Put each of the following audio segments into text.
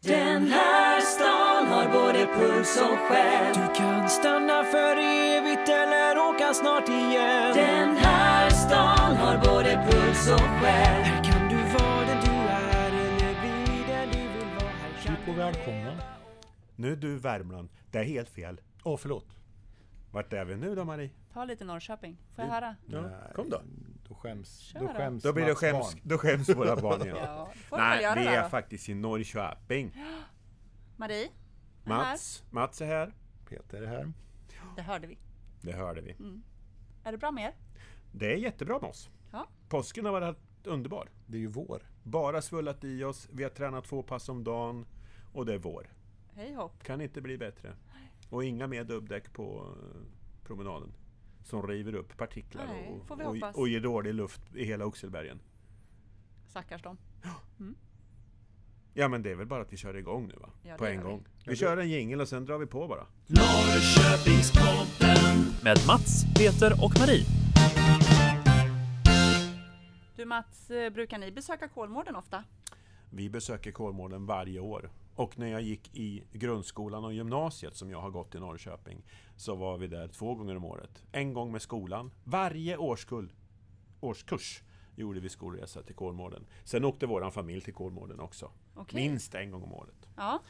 Den här stan har både puls och själ Du kan stanna för evigt eller åka snart igen. Den här stan har både puls och själ Här kan du vara den du är eller bli den du vill vara. Här kan Hej och välkomna. Nu är du Värmland. Det är helt fel. Åh, förlåt. Vart är vi nu då Marie? Ta lite Norrköping. Får jag höra? Ja, kom då. Då skäms, Kör då då. skäms Då blir det Mats skäms, barn. då skäms våra barn igen. Ja, det får Nej, Nej, göra vi det är då. faktiskt i Norrköping. Marie, Mats, Mats är här. Peter är här. det hörde vi. Det hörde vi. Mm. Är det bra med er? Det är jättebra med oss. Ja. Påsken har varit underbar. Det är ju vår. Bara svullat i oss, vi har tränat två pass om dagen och det är vår. Hej hopp. Kan inte bli bättre. Och inga mer dubbdäck på eh, promenaden. Som river upp partiklar Nej, får vi och, hoppas. och, och ger dålig luft i hela Oxelbergen. Stackars dem. Ja men det är väl bara att vi kör igång nu va? Ja, det på en gör vi. gång. Vi kör en jingel och sen drar vi på bara. Med Mats, Peter och Marie. Du Mats, eh, brukar ni besöka Kolmården ofta? Vi besöker Kolmården varje år. Och när jag gick i grundskolan och gymnasiet som jag har gått i Norrköping så var vi där två gånger om året. En gång med skolan. Varje årskull, årskurs gjorde vi skolresa till Kolmården. Sen åkte våran familj till Kolmården också. Okej. Minst en gång om året. Ja.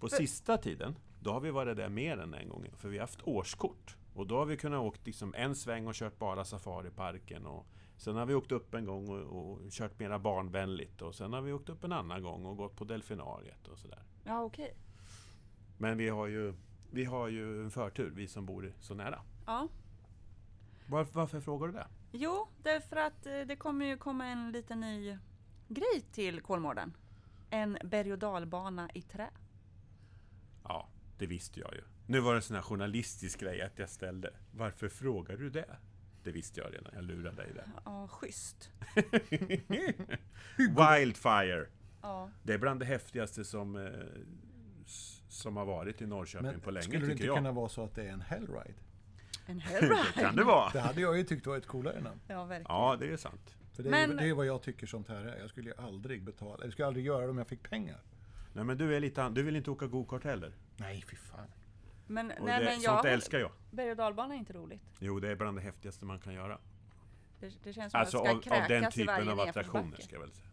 På sista tiden, då har vi varit där mer än en gång, för vi har haft årskort. Och då har vi kunnat åkt liksom en sväng och kört bara safariparken. Och sen har vi åkt upp en gång och, och kört mera barnvänligt. Och sen har vi åkt upp en annan gång och gått på delfinariet och sådär. Ja, okej. Men vi har ju, vi har ju en förtur, vi som bor så nära. Ja. Var, varför frågar du det? Jo, därför att eh, det kommer ju komma en liten ny grej till Kolmården. En berg och dalbana i trä. Ja, det visste jag ju. Nu var det en sån här journalistisk grej att jag ställde. Varför frågar du det? Det visste jag redan, jag lurade dig där. Ja, schysst. Wildfire! Ja. Det är bland det häftigaste som, eh, s- som har varit i Norrköping på länge, skulle det tycker inte jag. kunna vara så att det är en hellride? En hellride. Kan det vara? Det hade jag ju tyckt varit coolare namn. Ja, verkligen. Ja, det är sant. För det är, ju, Men- det är ju vad jag tycker sånt här är. Jag skulle ju aldrig betala. Jag skulle aldrig göra det om jag fick pengar. Nej, men du, är lite, an- du vill inte åka gokart heller. Nej, fy fan. Men, Och nej, det, men sånt jag... älskar jag. Berg och dalbana är inte roligt. Jo, det är bland det häftigaste man kan göra. Det, det känns som Alltså att jag av, ska kräkas av den i typen varje av attraktioner, nedförsbacke. ska jag väl säga.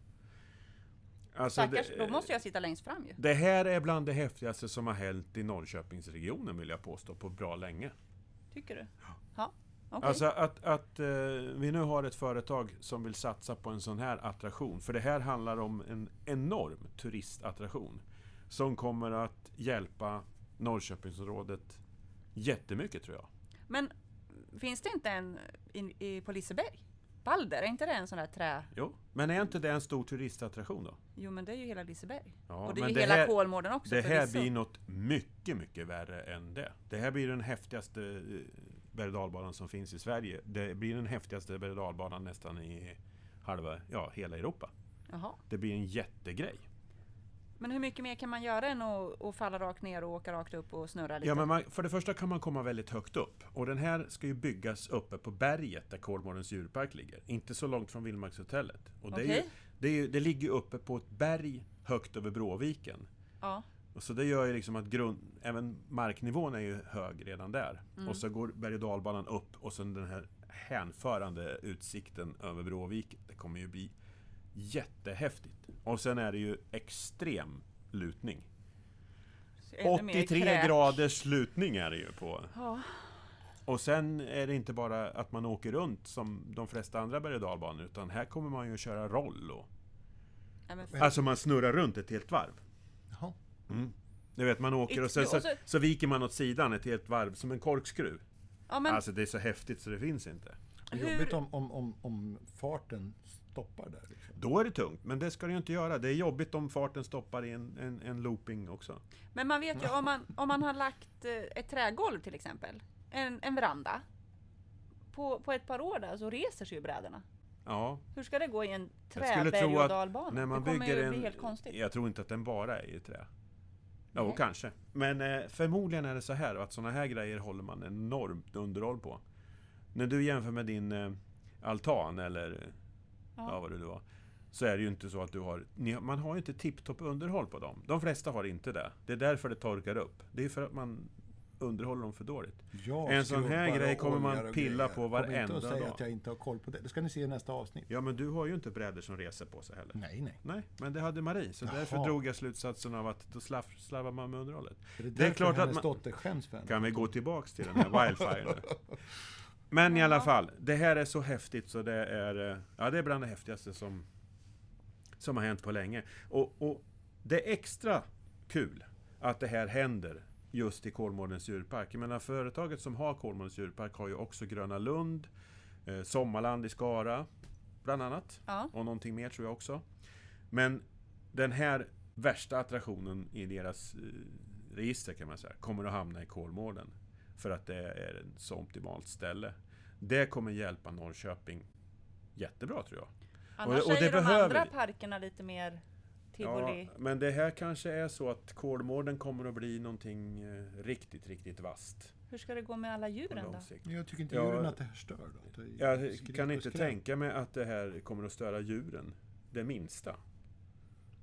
Alltså, Stackars, det, då måste jag sitta längst fram ju. det här är bland det häftigaste som har hänt i Norrköpingsregionen, vill jag påstå, på bra länge. Tycker du? Ja. Okej. Alltså att, att eh, vi nu har ett företag som vill satsa på en sån här attraktion. För det här handlar om en enorm turistattraktion. Som kommer att hjälpa Norrköpingsområdet jättemycket tror jag. Men finns det inte en i- i, på Liseberg? Balder, är inte det en sån där trä... Jo. Men är inte det en stor turistattraktion då? Jo men det är ju hela Liseberg. Ja, och det är men ju det hela här- Kolmården också Det här förvisso. blir något mycket, mycket värre än det. Det här blir den häftigaste eh, berg och dalbanan som finns i Sverige. Det blir den häftigaste berg och dalbanan nästan i halva, ja, hela Europa. Jaha. Det blir en jättegrej. Men hur mycket mer kan man göra än att, att falla rakt ner och åka rakt upp och snurra lite? Ja, men man, för det första kan man komma väldigt högt upp. Och den här ska ju byggas uppe på berget där Kolmårdens djurpark ligger. Inte så långt från Vildmarkshotellet. Och det, är ju, Okej. det, är ju, det ligger ju uppe på ett berg högt över Bråviken. Ja. Och så det gör ju liksom att grund, även marknivån är ju hög redan där. Mm. Och så går berg och dalbanan upp och sen den här hänförande utsikten över Bråviken. Det kommer ju bli jättehäftigt. Och sen är det ju extrem lutning. Så ännu mer 83 kräk. graders lutning är det ju på. Ja. Och sen är det inte bara att man åker runt som de flesta andra berg och dalbanor, utan här kommer man ju att köra roll. Och, Nej, men, alltså man snurrar runt ett helt varv. Jaha. Du vet, man åker och sen så, Och så- så viker man åt sidan ett helt varv som en korkskruv. ja, men Alltså det är så häftigt så det finns inte. Vad Hur- Jobbigt om, om, om, om farten stoppar där. Liksom. Då är det tungt, men det ska det ju inte göra. Det är jobbigt om farten stoppar i en, en, en looping också. Men man vet ju om man, om man har lagt eh, ett trägolv till exempel, en, en veranda. På, på ett par år där så reser sig ju brädorna. Ja, Hur ska det gå i en jag skulle tro träberg och dalbana? att när man det kommer bygger ju en... bli helt konstigt. Jag tror inte att den bara är i trä. Jo, Nej. kanske. Men eh, förmodligen är det så här att sådana här grejer håller man enormt underhåll på. När du jämför med din eh, altan eller ja. Ja. vad det nu var. så är det ju inte så att du har... Ni, man har ju inte tipptopp underhåll på dem. De flesta har inte det. Det är därför det torkar upp. Det är för att man underhåller dem för dåligt. Jag En sån här skrubbar grej och kommer man oljar och pilla grejer. på Kom inte varenda och säg dag. att jag inte har koll på det. Det ska ni se i nästa avsnitt. Ja, men du har ju inte brädor som reser på sig heller. Nej, nej. Nej, men det hade Marie, så Jaha. därför drog jag slutsatsen av att då slav, slarvar man med underhållet. Är det, det är klart att man... dotter skäms för henne? Kan vi gå tillbaks till den här Wildfire nu? Men i alla fall, det här är så häftigt så det är... eh, Ja, det är bland det häftigaste som, som har hänt på länge. Och, och det är extra kul att det här händer just i Kolmårdens djurpark. Jag menar, företaget som har Kolmårdens djurpark har ju också Gröna Lund, eh, Sommarland i Skara, bland annat. Ja. Och någonting mer tror jag också. Men den här värsta attraktionen i deras eh, register kan man säga, kommer att hamna i Kolmården. För att det är ett så optimalt ställe. Det kommer hjälpa Norrköping jättebra tror jag. Annars och det är ju de behöver andra vi. parkerna lite mer tivoli. Ja, men det här kanske är så att Kolmården kommer att bli någonting eh, riktigt, riktigt vasst. Hur ska det gå med alla På djuren lång då? sikt. Men Jag tycker inte Ja. djuren att det här stör då? Det är Jag skrik kan och inte skräp. tänka mig att det här kommer att störa djuren. Det minsta.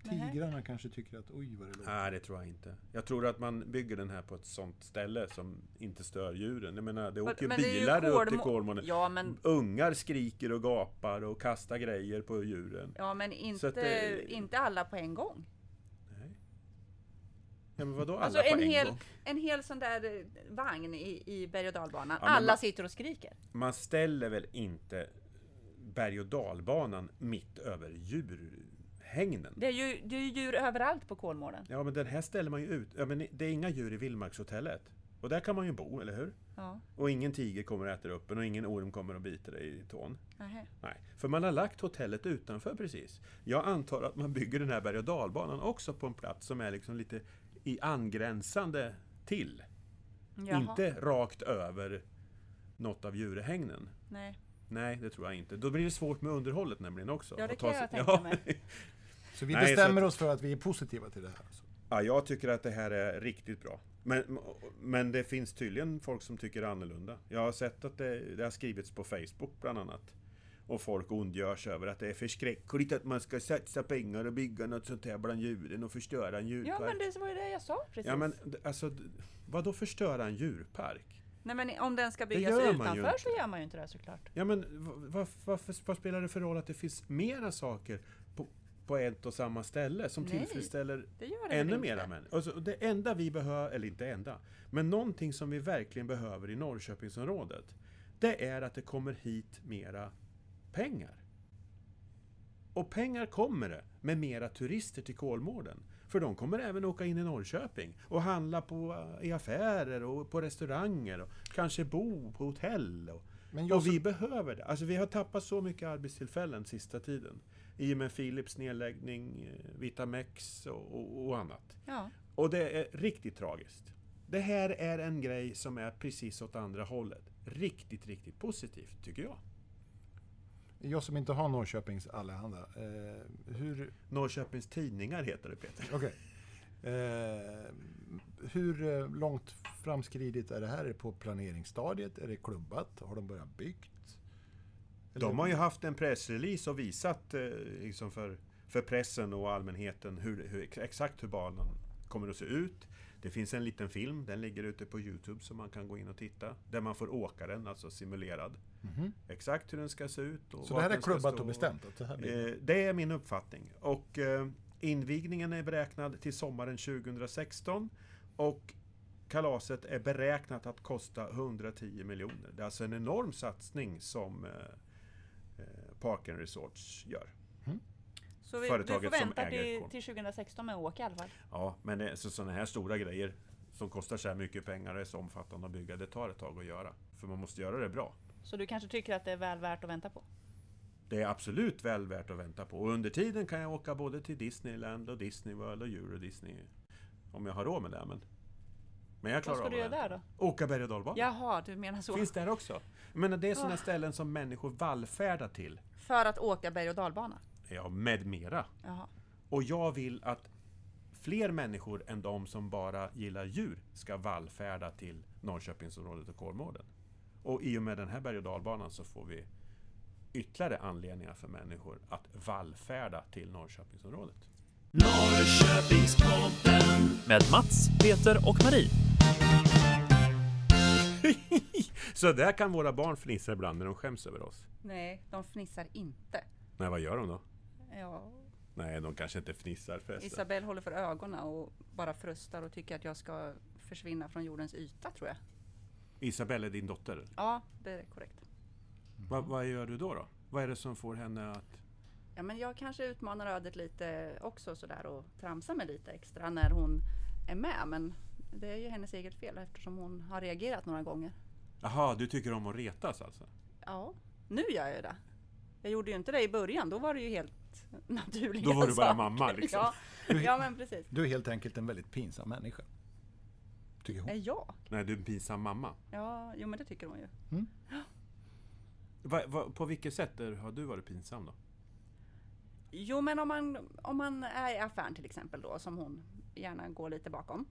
Nähä. Tigrarna kanske tycker att oj vad det låter. Nej, det tror jag inte. Jag tror att man bygger den här på ett sånt ställe som inte stör djuren. Jag menar, det åker men det är ju bilar upp till Kolmo- Kolmården. Ja men, Ungar skriker och gapar och kastar grejer på djuren. ja, men Så inte, att eh, det- inte alla på en gång. Ja, men vadå alla Alltså en, på en hel, gång? en hel sån där eh, vagn i, i berg och dalbanan. Ja, men alla man- sitter och skriker. Man ställer väl inte berg och dalbanan mitt över djurhägnen? Det är ju, det är ju djur överallt på Kolmården. Ja, men den här ställer man ju ut. Ja, men det är inga djur i vildmarkshotellet. Och där kan man ju bo, eller hur? Ja, Och ingen tiger kommer att äta upp en och ingen orm kommer att bita dig i tån. nähä. Nej, för man har lagt hotellet utanför precis. Jag antar att man bygger den här berg och dalbanan också på en plats som är liksom lite i angränsande till. Jaha. Inte rakt över något av djurhägnen. Nej. Nej, det tror jag inte. Då blir det svårt med underhållet nämligen också. Ja, det Att ta kan jag sig- tänka mig. Så vi Nej, så bestämmer oss för att vi är positiva till det här. Alltså. Ja, jag tycker att det här är riktigt bra. Men, men det finns tydligen folk som tycker annorlunda. Jag har sett att det, det har skrivits på Facebook bland annat. Och folk ondgörs över att det är förskräckligt att man ska satsa pengar och bygga något sånt här bland djuren och förstöra en djurpark. Ja men det var ju det jag sa precis. ja, men alltså, vadå förstöra en djurpark? Nej men om den ska byggas gör man ju utanför så inte. gör man ju inte det såklart. Ja, men va- va- varför, vad spelar det för roll att det finns mera saker på, på ett och samma ställe som Nej, tillfredsställer Det gör det Ännu väl mera inte. människor. Alltså, det enda vi behöver, eller inte enda, men någonting som vi verkligen behöver i Norrköpingsområdet, det är att det kommer hit mera pengar. Och pengar kommer det med mera turister till Kolmården. För de kommer även åka in i Norrköping och handla på, eh, i affärer och på restauranger och kanske bo på hotell. Och, Men och jag vi behöver det. Alltså vi har tappat så mycket arbetstillfällen sista tiden. I och med Philips nedläggning, eh, Vitamex och, och, och annat. Ja. Och det är riktigt tragiskt. Det här är en grej som är precis åt andra hållet. Riktigt, riktigt positivt, tycker jag. Jag som inte har Norrköpings allehanda. Eh, hur, Norrköpings Tidningar heter det, Peter. okej. eh, hur eh, långt framskridet är det här? Är det på planeringsstadiet? Är det klubbat? Har de börjat byggt? Eller- De har ju haft en pressrelease och visat eh, liksom för, för pressen och allmänheten hur, hur, exakt hur banan kommer att se ut. Det finns en liten film, den ligger ute på Youtube som man kan gå in och titta. Där man får åka den, alltså simulerad. Mhm. Exakt hur den ska se ut. Och Så det vart här är den ska klubbat stå. och bestämt? Att det här blir... Eh, Det är min uppfattning. Och eh, invigningen är beräknad till sommaren 2016. Och kalaset är beräknat att kosta 110 miljoner. Det är alltså en enorm satsning som eh, eh, Park and Resorts gör. Så vi, du Företaget får som vänta äger till, Kolmården. till 2016 med att åka i alla fall. Ja, men det, så sådana här stora grejer som kostar så här mycket pengar och är så omfattande att bygga, det tar ett tag att göra. För man måste göra det bra. Så du kanske tycker att det är väl värt att vänta på? Det är absolut väl värt att vänta på. Och under tiden kan jag åka både till Disneyland och Disney World och Euro Disney. Om jag har råd med det. Men, men jag klarar Vad ska av du att göra vänta. där då? Åka berg och dalbana. Jaha, du menar så. Finns där också. Men det är sådana Ah. ställen som människor vallfärdar till. För att åka berg och dalbana? Ja, med mera. Jaha. Och jag vill att fler människor än de som bara gillar djur ska vallfärda till Norrköpingsområdet och Kolmården. Och i och med den här berg och dalbanan så får vi ytterligare anledningar för människor att vallfärda till Norrköpingsområdet. Norrköpingspodden med Mats, Peter och Marie. Så där kan våra barn fnissa ibland när de skäms över oss. Nej, de fnissar inte. Nej, vad gör de då? Ja, Nej, de kanske inte fnissar förresten. Isabel håller för ögonen och bara frustar och tycker att jag ska försvinna från jordens yta tror jag. Isabelle är din dotter. Ja, det är korrekt. Vad- vad gör du då, då? Vad är det som får henne att... Ja, men jag kanske utmanar ödet lite också sådär och tramsar mig lite extra när hon är med. Men det är ju hennes eget fel eftersom hon har reagerat några gånger. Jaha, du tycker om att retas alltså? Ja, nu gör jag ju det. Jag gjorde ju inte det i början, då var det ju helt naturliga Då var du bara saker. mamma, liksom. Ja, ja men precis. Du är helt enkelt en väldigt pinsam människa. Tycker hon. Är jag? Nej, du är en pinsam mamma. Eh, Ja, jo men det tycker hon ju. Va, va, på vilket sätt är, har du varit pinsam då? Jo, men om man, om man är i affären till exempel då, som hon gärna går lite bakom.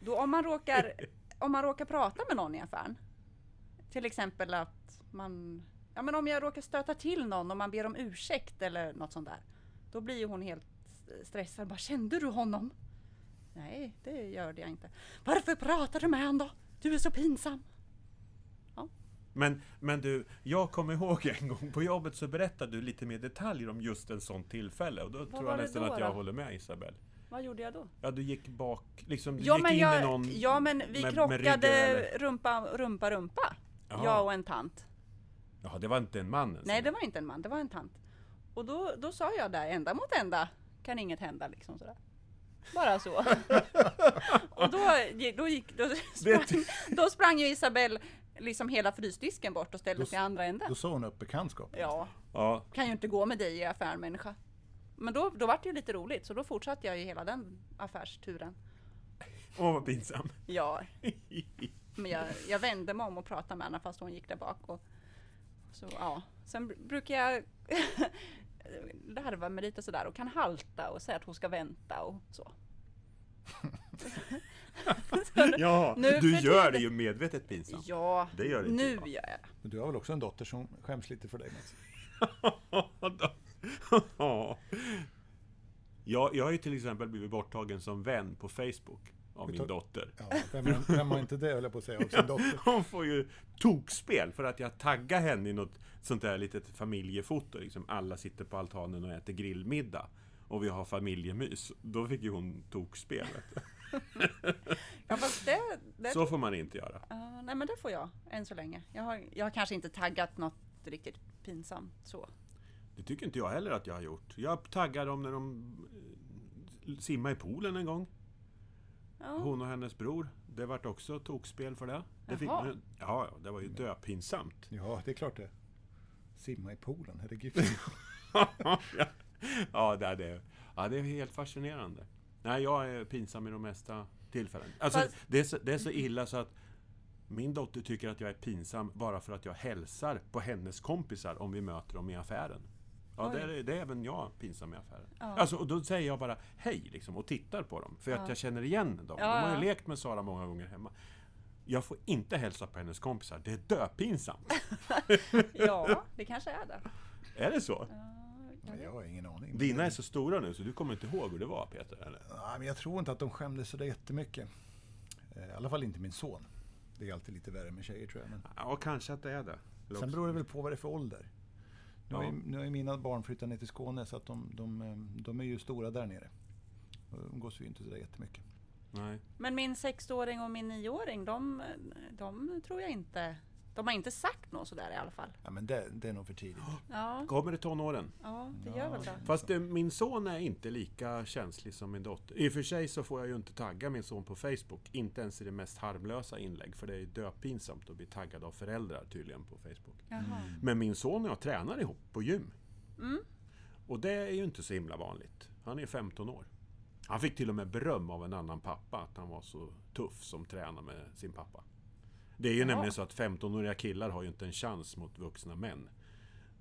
Då om man råkar, om man råkar prata med någon i affären. Till exempel att man, ja men om jag råkar stöta till någon och man ber om ursäkt eller något sånt där. Då blir ju hon helt stressad. Bara, kände du honom? Nej, det gjorde jag inte. Varför pratar du med honom då? Du är så pinsam. Men, men du, jag kommer ihåg en gång på jobbet så berättade du lite mer detaljer om just en sån tillfälle och då tror var jag det nästan då, att jag då? håller med Isabel. Vad gjorde jag då? Ja, du gick bak, liksom du Ja gick men, in jag, i någon ja men vi med- med ryggen krockade eller- rumpa, rumpa, rumpa. Jaha. Jag och en tant. Ja, det var inte en man ens. Alltså. Nej det var inte en man, det var en tant. Och då, då sa jag där, ända mot ända kan inget hända liksom sådär. Bara så. och då, gi- då, gick, då, sprang, då sprang ju Isabelle liksom hela frysdisken bort och ställde Då sig i andra änden. Då sa hon upp bekantskap. Ja, Ja, kan ju inte gå med dig i affären människa. Men då, då var det ju lite roligt så då fortsatte jag ju hela den affärsturen. åh vad pinsam. Ja. Men jag, jag vände mig om och pratade med henne fast hon gick där bak. Och, så, ja. Sen br- brukar jag larva mig lite sådär och kan halta och säga att hon ska vänta och så. Ja, Nu för du gör tiden- det ju medvetet pinsamt. Ja, Det gör inte nu jag. gör jag det. Men du har väl också en dotter som skäms lite för dig Mats? Ja. jag, jag har ju till exempel blivit borttagen som vän på Facebook av min tar- dotter. Ja, vem, vem har inte det höll jag på att säga av sin dotter. Hon får ju tokspel för att jag taggar henne i något sånt där litet familjefoto. Liksom alla sitter på altanen och äter grillmiddag. Och vi har familjemys. Då fick ju hon tokspel. vet du. Ja, fast det, det Så får man inte göra. Ja, nej men det får jag än så länge. Jag har, jag har kanske inte taggat något riktigt pinsamt så. Det tycker inte jag heller att jag har gjort. Jag taggar dem när de eh, simmar i poolen en gång. Ja, Hon och hennes bror. Det vart också tokspel för det. det fick Jaha. man, ju- ja, ja, det var ju döpinsamt. Ja, det är klart det. Simma i poolen, herregud. ja, det är, det. ja, det är helt fascinerande. Nej, jag är pinsam i de mesta tillfällen. Alltså, Fast- det, är så, det är så illa så att min dotter tycker att jag är pinsam bara för att jag hälsar på hennes kompisar om vi möter dem i affären. Ja, det är, det är även jag pinsam i affären. Alltså, och då säger jag bara hej liksom, och tittar på dem. För att jag känner igen dem. De Ja, har ju ja. lekt med Sara många gånger hemma. Jag får inte hälsa på hennes kompisar. Det är döpinsamt. ja det kanske är det. är det så? Men jag har ingen aning. Dina är så stora nu så du kommer inte ihåg hur det var Peter? Eller? Nej, men jag tror inte att de skämdes så där jättemycket. Eh, I alla fall inte min son. Det är alltid lite värre med tjejer tror jag. Men Ja, kanske att det är det. Eller sen också- beror det väl på vad det är för ålder. Nu, har Ja. ju, nu har ju mina barn flyttat ner till Skåne så att de, de, eh, de är ju stora där nere. Och umgås vi ju inte så där jättemycket. Nej. Men min sexåring och min nioåring, de, de tror jag inte... De har inte sagt något sådär i alla fall. Ja, men det, det är nog för tidigt. Ja, Kommer det tonåren? ja det gör väl det. Fast eh, min son är inte lika känslig som min dotter. I och för sig så får jag ju inte tagga min son på Facebook. Inte ens i det mest harmlösa inlägg. För det är döpinsamt att bli taggad av föräldrar tydligen på Facebook. Jaha. Men min son och jag tränar ihop på gym. Och det är ju inte så himla vanligt. Han är 15 år. Han fick till och med beröm av en annan pappa att han var så tuff som tränar med sin pappa. Det är ju nämligen så att 15-åriga killar har ju inte en chans mot vuxna män.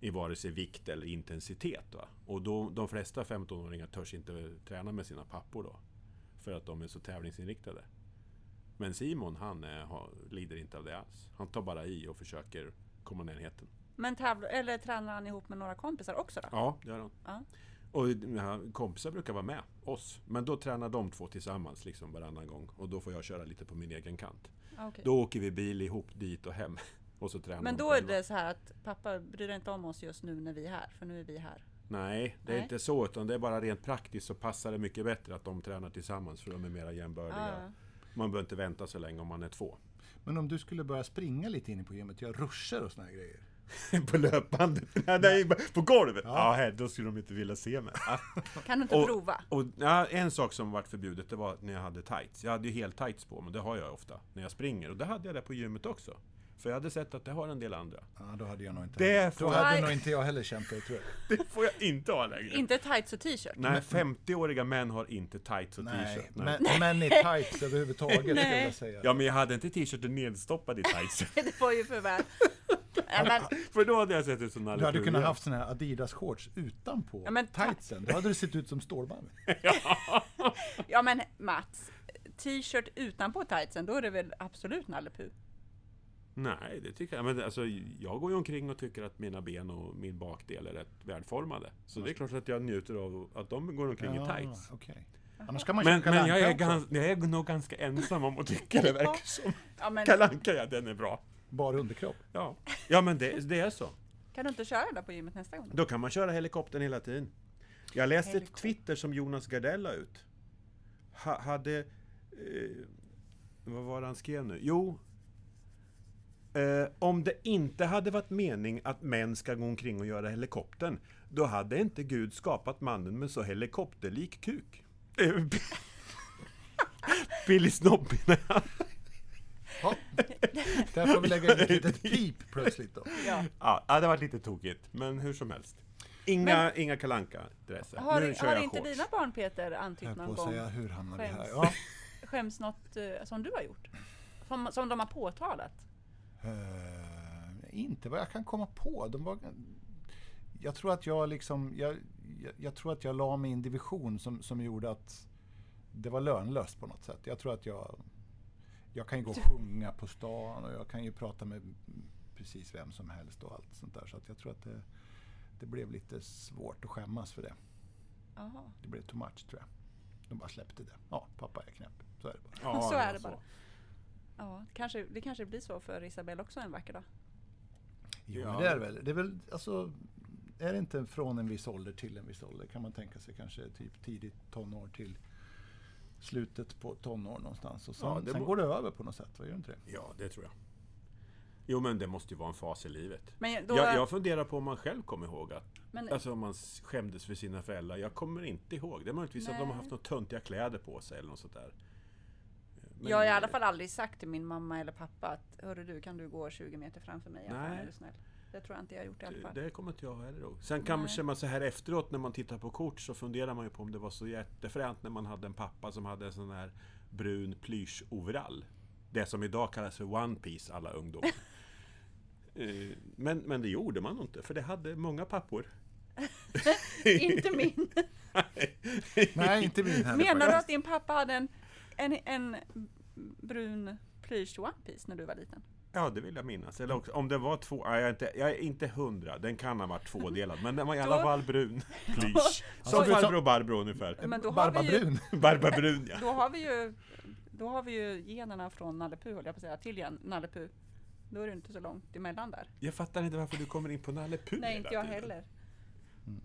I vare sig vikt eller intensitet. Va? Och då, de flesta 15-åringar törs inte träna med sina pappor då. För att de är så tävlingsinriktade. Men Simon, han eh, har, lider inte av det alls. Han tar bara i och försöker komma ner i heten. Men tävlar, eller tränar han ihop med några kompisar också då? Ja, det gör de. Ja. Och mina kompisar brukar vara med oss. Men då tränar de två tillsammans liksom varannan gång. Och då får jag köra lite på min egen kant. Ah, okej. Då åker vi bil ihop dit och hem. Och så tränar Men de då är själva. det så här att pappa bryr dig inte om oss just nu när vi är här, för nu är vi här. Nej, det är Nej. inte så. Utan det är bara rent praktiskt så passar det mycket bättre att de tränar tillsammans. För de är mera jämbördiga. Ah. Man behöver inte vänta så länge om man är två. Men om du skulle börja springa lite inne på gymmet, göra ruscher och såna här grejer. på löpbandet? Nej, nej, på golvet? Ja. Ja, här, då skulle de inte vilja se mig. Kan du inte Och- prova? Och ja, en sak som varit förbjudet, det var när jag hade tights. Jag hade ju helt tights på mig, det har jag ofta när jag springer. Och det hade jag där på gymmet också. För jag hade sett att det har en del andra. Ja, då hade jag nog inte, Det då får, jag, hade Nej. nog inte jag heller känt det, tror jag. det får jag inte ha längre. Inte tights och t-shirt? Nej, 50-åriga män har inte tights och Nej, t-shirt. Nej. men, men i tights överhuvudtaget skulle jag säga. Ja, men jag hade inte t-shirten nedstoppad i tights. Det var ju för väl. Ja, men, För då hade jag sett ut som Nalle Du hade kunnat Puh. haft såna här Adidas-shorts utanpå Ja, men ta- tightsen. Då hade du sett ut som Stålmannen. ja men Mats, t-shirt utanpå tightsen, då är det väl absolut Nalle Puh? Nej, det tycker jag. Men alltså, jag går ju omkring och tycker att mina ben och min bakdel är rätt välformade. Så det är klart att jag njuter av att de går omkring i tights. Ah, okej. Annars kan man Men, köra men jag, är Kalle Anka gans, också. jag är nog ganska ensam om att tycka det verkar som. Ja, men, Kalle Anka, ja, den är bra. Bara underkropp. Ja, ja men det, det är så. kan du inte köra där på gymmet nästa gång? Då kan man köra helikoptern hela tiden. Jag läste ett Helikopter. Twitter som Jonas Gardell la ut. Ha, hade... Eh, vad var det han skrev nu? Jo... Eh, om det inte hade varit mening att män ska gå omkring och göra helikoptern, då hade inte Gud skapat mannen med så helikopterlik kuk. Eh, Billy Snobbin. Ja. Där får vi lägga in ett litet pip plötsligt då. Ja. Ja, ja, det var lite tokigt, men hur som helst. Inga, inga kalanka dresser Har, Nu kör har jag inte shorts. dina barn Peter Jag antytt höll på någon att gång? säga, hur hamnar vi här? Skäms. Ja. Skäms något eh, som du har gjort? Som, som de har påtalat? Eh, inte vad jag kan komma på. De var, jag tror att jag liksom, jag, jag, jag tror att jag la mig i en division som, som gjorde att det var lönlöst på något sätt. Jag tror att jag, jag kan ju gå och sjunga på stan och jag kan ju prata med precis vem som helst och allt sånt där. Så att jag tror att det, det blev lite svårt att skämmas för det. Jaha. Det blev too much tror jag. De bara släppte det. Ja, pappa är knäpp. Så är det bara. Ja, Så är var det bara. Ja, kanske, det kanske blir så för Isabelle också en vacker dag. Jo, Ja. men det är det väl. Det är väl alltså, är det inte från en viss ålder till en viss ålder? Kan man tänka sig kanske typ tidigt tonår till slutet på tonår någonstans. Och sen, Ja, det sen må- går det över på något sätt, vad gör det inte det? Ja, det tror jag. Jo, men det måste ju vara en fas i livet. Men då- jag, jag funderar på om man själv kommer ihåg att... Men- Alltså om man skämdes för sina föräldrar. Jag kommer inte ihåg. Det är möjligtvis att de har Nej. haft något töntiga kläder på sig eller något sånt där. Men- jag har i alla fall aldrig sagt till min mamma eller pappa att Hörru du, kan du gå 20 meter framför mig? i alla fall, Nej. Är du snäll? Det tror jag inte jag har gjort i alla fall. Det kommer inte jag heller ihåg. Sen kanske man så här efteråt när man tittar på kort så funderar man ju på om det var så jättefränt när man hade en pappa som hade en sån här brun plysch-overall. Det som idag kallas för One Piece, alla ungdomar. Eh, men, men det gjorde man nog inte, för det hade många pappor. inte min! Nej, inte min heller. Menar du faktiskt. att din pappa hade en, en, en brun plysch One Piece när du var liten? Ja, det vill jag minnas. Eller också, om det var två... Nej, jag, är inte, jag är inte hundra. Den kan ha varit tvådelad, men den var i alla Då- fall brun. Plysch. Som Alltså, farbror Barbro ungefär. Men då har, Barba vi ju, brun. Barbara Brun, ja. då, har vi ju, då har vi ju generna från Nalle Puh, höll jag på att säga, till gen- Nalle Puh. Då är det inte så långt emellan där. Jag fattar inte varför du kommer in på Nalle Puh Nej, hela inte jag tiden. heller.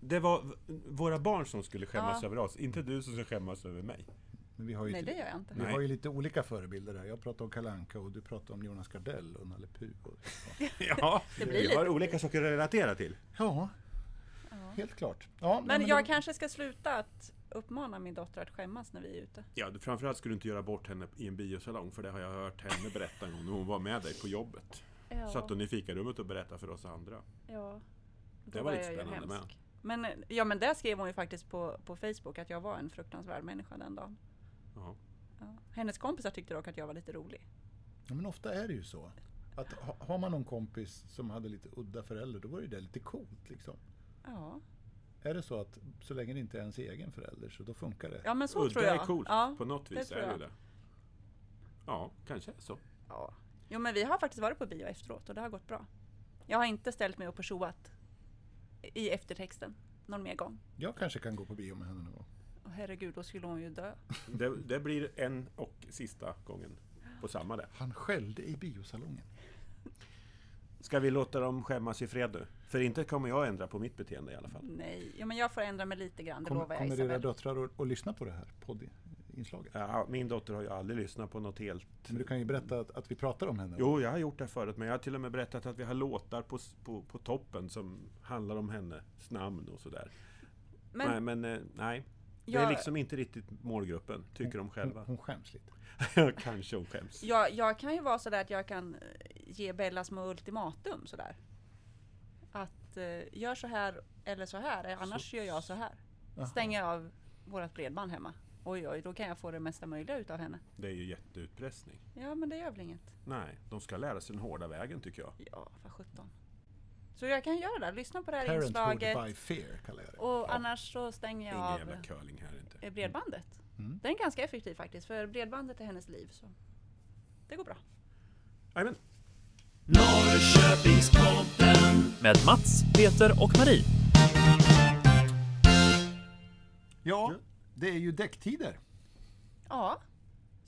Det var v- våra barn som skulle skämmas Ja. över oss, inte du som ska skämmas över mig. Men vi har ju, Nej, det lite, gör jag inte. vi Nej. har ju lite olika förebilder här. Jag pratar om Kalle Anka och du pratar om Jonas Gardell och Nalle Puh. och- Ja, Det blir vi lite- har olika saker att relatera till. Ja, helt klart. Ja, nej, Men jag det- kanske ska sluta att uppmana min dotter att skämmas när vi är ute. Ja, du- framförallt skulle du inte göra bort henne i en biosalong, för det har jag hört henne berätta en gång när hon var med dig på jobbet. Ja, Satt hon i fikarummet och berättade för oss andra. ja. Då Det var lite jag ju spännande med. hemsk. Men, eh, ja, men där skrev hon ju faktiskt på, på Facebook att jag var en fruktansvärd människa den dagen. Ja. Ja. Hennes kompisar tyckte dock att jag var lite rolig. Ja, men ofta är det ju så. Att ha- har man någon kompis som hade lite udda föräldrar, då var ju det lite coolt liksom. Ja, Är det så att så länge det inte är ens egen förälder så då funkar det? ja men så och tror det jag. är coolt, ja. på något det vis tror är det jag. det. Ja, kanske är så. Ja. Jo men vi har faktiskt varit på bio efteråt och det har gått bra. Jag har inte ställt mig upp och tjoat i eftertexten någon mer gång. Jag kanske kan gå på bio med henne någon gång. Åh, herregud, då skulle hon ju dö. Det, det blir en och sista gången på samma där. Han skällde i biosalongen. Ska vi låta dem skämmas i fred nu? För inte kommer jag ändra på mitt beteende i alla fall. Nej, ja, men jag får ändra mig lite grann, det Kom, lovar jag kommer dina Isabel. döttrar att, att lyssna på det här poddinslaget? Ja, min dotter har ju aldrig lyssnat på något helt... Men du kan ju berätta att, att vi pratar om henne. Jo, jag har gjort det förut, men jag har till och med berättat att vi har låtar på, s- på, på toppen som handlar om hennes namn och sådär. Men nej, men eh, nej. Det är Jag- Mm. liksom inte riktigt målgruppen, tycker de Hon, själva. hon skäms lite. Kanske hon skäms. jag, jag kan ju vara sådär att jag kan eh, ge Bella små ultimatum sådär. Att eh, gör så här eller så här, eh, annars gör jag så här. Stänger jag av vårt bredband hemma. Oj, oj, då kan jag få det mesta möjliga utav henne. Det är ju jätteutpressning. Ja, men det gör väl inget. Nej, de ska lära sig den hårda vägen tycker jag. Ja, vad sjutton. Så jag kan göra det, lyssna på det här Parenthood inslaget. by fear kallar jag det. Och annars så stänger jag Ingen av jävla curling här inte. eh, bredbandet. Mm. Den är ganska effektiv faktiskt, för bredbandet är hennes liv. Så det går bra. Jajamän. Norrköpingspodden med Mats, Peter och Marie. Ja, det är ju däcktider. Ja.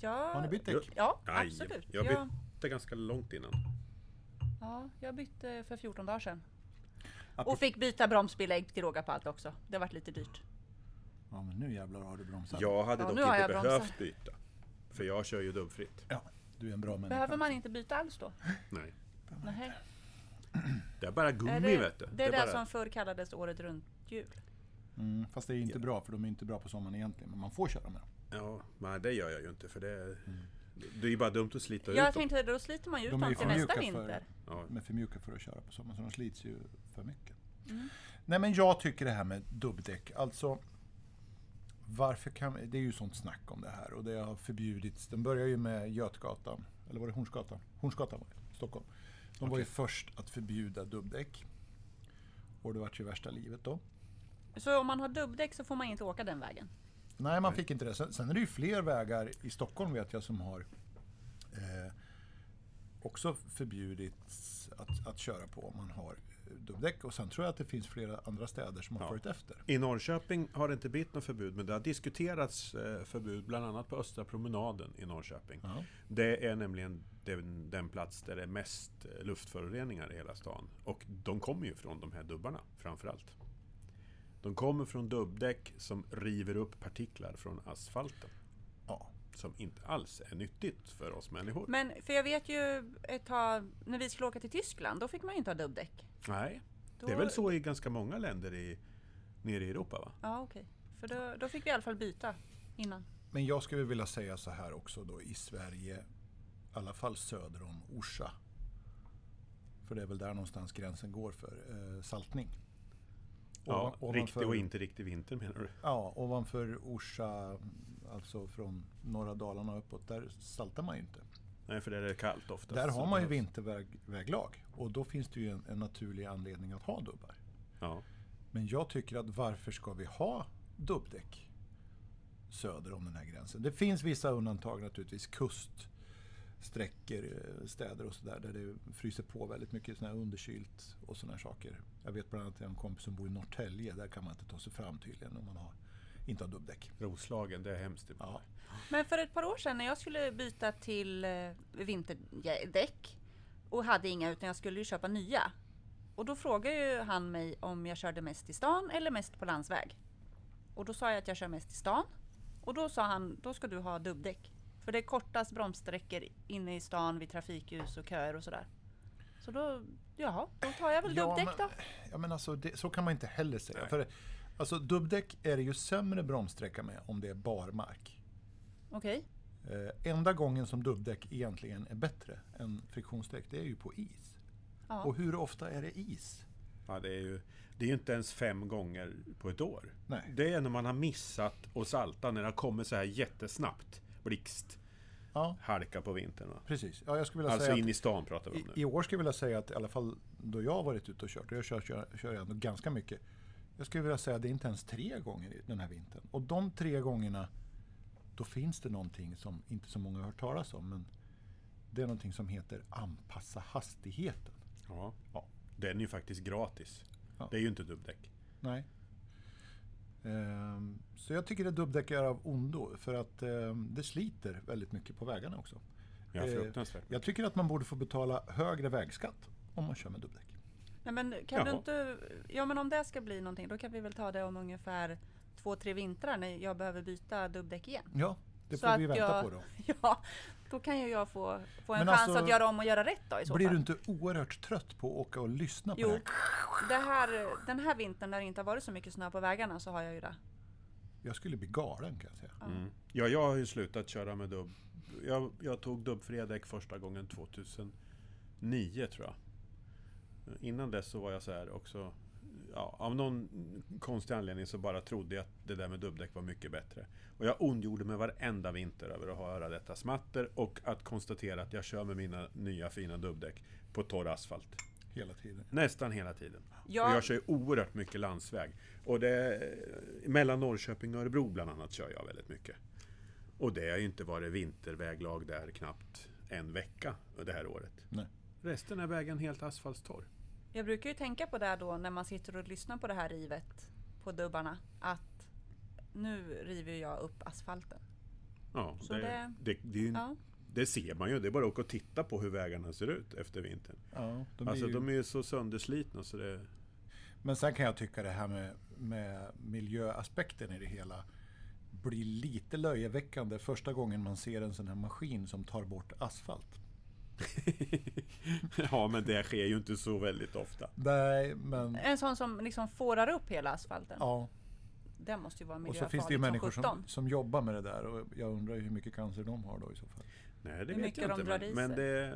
ja. Har ni bytt däck? Ja, Aj, absolut. Jag Jag, bytte ganska långt innan. ja, jag bytte för 14 dagar sedan. Och fick byta bromsbelägg till råga på allt också. Det varit lite dyrt. Ja, men nu jävlar har du bromsat. Jag hade Ja, dock nu har inte jag bromsat. behövt byta. För jag kör ju dubbfritt. Ja, du är en bra människa. Behöver man inte byta alls då? Nej. Nej. Det är bara gummi Är det, vet du. det är det bara... som förr kallades året runt jul. Mm, fast det är ju inte bra, för de är ju inte bra på sommaren egentligen. Men man får köra med dem. Ja, nej det gör jag ju inte för det är... Det är ju bara dumt att slita Jag ut dem. tänkte då sliter man ju ut De är dem ju till för nästa mjuka för- vinter. Ja. De är för mjuka för att köra på sommaren, så de slits ju för mycket. Mm. Nej, men jag tycker det här med dubbdäck, alltså... Varför kan Det är ju sånt snack om det här och det har förbjudits. Den börjar ju med Götgatan, eller var det Hornsgatan? Hornsgatan var det, Stockholm. De var ju först att förbjuda dubbdäck. Och det vart ju värsta livet då. Så om man har dubbdäck så får man inte åka den vägen. Nej, man fick inte det. Sen, sen är det ju fler vägar i Stockholm vet jag som har eh, också förbjudits att, att köra på om man har eh, dubbdäck. Och sen tror jag att det finns flera andra städer som har Ja. följt efter. I Norrköping har det inte blivit något förbud, men det har diskuterats eh, förbud bland annat på Östra promenaden i Norrköping. Ja. Det är nämligen den, den plats där det är mest eh, luftföroreningar i hela stan. Och de kommer ju från de här dubbarna framförallt. De kommer från dubbdäck som river upp partiklar från asfalten. Ja. Som inte alls är nyttigt för oss människor. Men för jag vet ju ett tag när vi skulle åka till Tyskland, då fick man ju inte ha dubbdäck. Nej, Då, det är väl så i ganska många länder i, nere i Europa va? Ja, okej. För då, då fick vi i alla fall byta innan. Men jag skulle vilja säga så här också då i Sverige, i alla fall söder om Orsa. För det är väl där någonstans gränsen går för eh, saltning. Ja, Ovan- ovanför- riktig och inte riktig vinter menar du? Ja, ovanför Orsa, alltså från norra Dalarna och uppåt, där saltar man ju inte. Nej, för där är det kallt ofta. Där Så har man ju behövs- vinterväglag och då finns det ju en, en naturlig anledning att ha dubbar. Ja. Men jag tycker att varför ska vi ha dubbdäck söder om den här gränsen? Det finns vissa undantag naturligtvis, kuststräckor, eh, städer och sådär där det fryser på väldigt mycket, sådana här underkylt och sådana här saker. Jag vet bland annat en kompis som bor i Norrtälje, där kan man inte ta sig fram tydligen om man har, inte har dubbdäck. Roslagen, det är hemskt. Ja. Men för ett par år sedan när jag skulle byta till eh, vinterdäck och hade inga utan jag skulle ju köpa nya. Och då frågade ju han mig om jag körde mest i stan eller mest på landsväg. Och då sa jag att jag kör mest i stan. Och då sa han, då ska du ha dubbdäck. För det är kortast bromssträckor inne i stan vid trafikljus och köer och sådär. Så då, jaha, då tar jag väl Ja, dubbdäck men- då. Ja, men alltså, det, så kan man inte heller säga. Nej. För, alltså, dubbdäck är det ju sämre bromssträcka med om det är barmark. Okej. Eh, enda gången som dubbdäck egentligen är bättre än friktionsdäck, det är ju på is. Ja. Och hur ofta är det is? Ja, det, är ju, det är ju inte ens fem gånger på ett år. Nej. Det är när man har missat och salta när det har kommit så här jättesnabbt. Blixt, Ja, halka på vintern. Va? precis. Ja, jag skulle vilja Alltså säga in att, i stan pratar vi om i, nu. I år skulle jag vilja säga att i alla fall då jag har varit ute och kört, och jag kör, kör, kör ändå ganska mycket, jag skulle vilja säga att det är inte ens tre gånger i- den här vintern. Och de tre gångerna, då finns det någonting som inte så många har hört talas om, men det är någonting som heter anpassa hastigheten. Ja. Ja, Den är ju faktiskt gratis. Ja. Det är ju inte dubbdäck. Nej. Ehm, Så jag tycker att dubbdäck är av ondo för att ehm, det sliter väldigt mycket på vägarna också. Ja, Eh, fruktansvärt. Jag tycker att man borde få betala högre vägskatt om man kör med dubbdäck. Nej, men kan du Jaha. inte... Ja, men om det ska bli någonting, då kan vi väl ta det om ungefär två, tre vintrar när jag behöver byta dubbdäck igen. Ja, det Så får vi att vänta jag- på då. Ja, då kan ju jag få, få en Men chans alltså, att göra om och göra rätt då i så Blir fall. du inte oerhört trött på att åka och lyssna på Jo, det här? det här, den här vintern när det inte har varit så mycket snö på vägarna så har jag ju det. Jag skulle bli galen kan jag säga. Mm. Ja, jag har ju slutat köra med dubb. Jag, jag tog dubbfria däck första gången 2009 tror jag. Innan dess så var jag så här också. Ja, av någon konstig anledning så bara trodde jag att det där med dubbdäck var mycket bättre. Och jag ondgjorde mig varenda vinter över att höra detta smatter och att konstatera att jag kör med mina nya fina dubbdäck på torr asfalt. Hela tiden. Nästan hela tiden. Ja. Och jag kör ju oerhört mycket landsväg. Och det, mellan Norrköping och Örebro bland annat kör jag väldigt mycket. Och det har ju inte varit vinterväglag där knappt en vecka det här året. Nej. Resten är vägen helt asfaltstorr. Jag brukar ju tänka på det här då när man sitter och lyssnar på det här rivet på dubbarna att nu river jag upp asfalten. Ja, Så det, det, det- det, är Mm. ju, Ja. det ser man ju. Det är bara att åka och titta på hur vägarna ser ut efter vintern. Ja, de är alltså ju... de är ju så sönderslitna så det... Men sen kan jag tycka det här med, med miljöaspekten i det hela blir lite löjeväckande första gången man ser en sån här maskin som tar bort asfalt. ja, men det sker ju inte så väldigt ofta. Nej, men... En sån som liksom fårar upp hela asfalten. Ja, Det måste ju vara och miljöfarligt så finns det ju människor som, sjutton. som jobbar med det där och jag undrar ju hur mycket cancer de har då i så fall. Nej, det Hur vet mycket jag de inte. drar men, i men sig. det...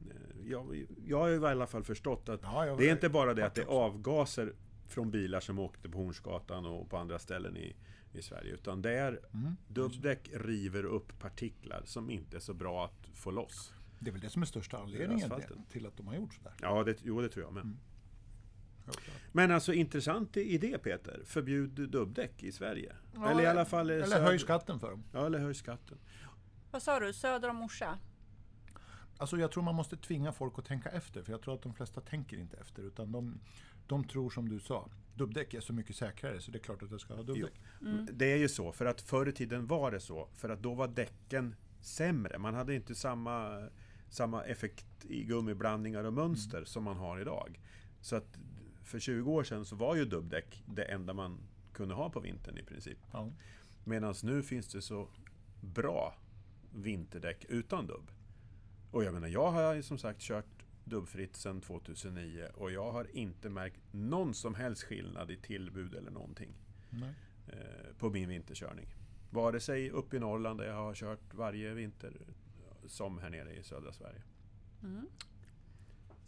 eh, Jag, jag har ju i alla fall förstått att Ja, jag- det är inte bara det att det är avgaser från bilar som åkte på Hornsgatan och på andra ställen i, i Sverige. Utan det är Mm. dubbdäck river upp partiklar som inte är så bra att få loss. Det är väl det som är största anledningen asfalten. till att de har gjort sådär. Ja, det, jo, det tror jag med. Mm. självklart. Men alltså intressant idé Peter. Förbjud dubbdäck i Sverige. eller i alla fall... Eller söd- höj skatten för dem. Ja, eller höj skatten. Vad sa du? Söder om Orsa? Alltså jag tror man måste tvinga folk att tänka efter, för jag tror att de flesta tänker inte efter, utan de, de tror som du sa. Dubbdäck är så mycket säkrare, så det är klart att jag ska ha dubbdäck. Det är ju så, för att förr i tiden var det så. För att då var däcken sämre. Man hade inte samma, samma effekt i gummiblandningar och mönster som man har idag. Så att för 20 år sedan så var ju dubbdäck det enda man kunde ha på vintern i princip. Ja. Medan nu finns det så bra vinterdäck utan dubb. Och jag menar, jag har ju som sagt kört dubbfritt sedan 2009 och jag har inte märkt någon som helst skillnad i tillbud eller någonting Nej. eh, på min vinterkörning. Vare sig uppe i Norrland där jag har kört varje vinter som här nere i södra Sverige.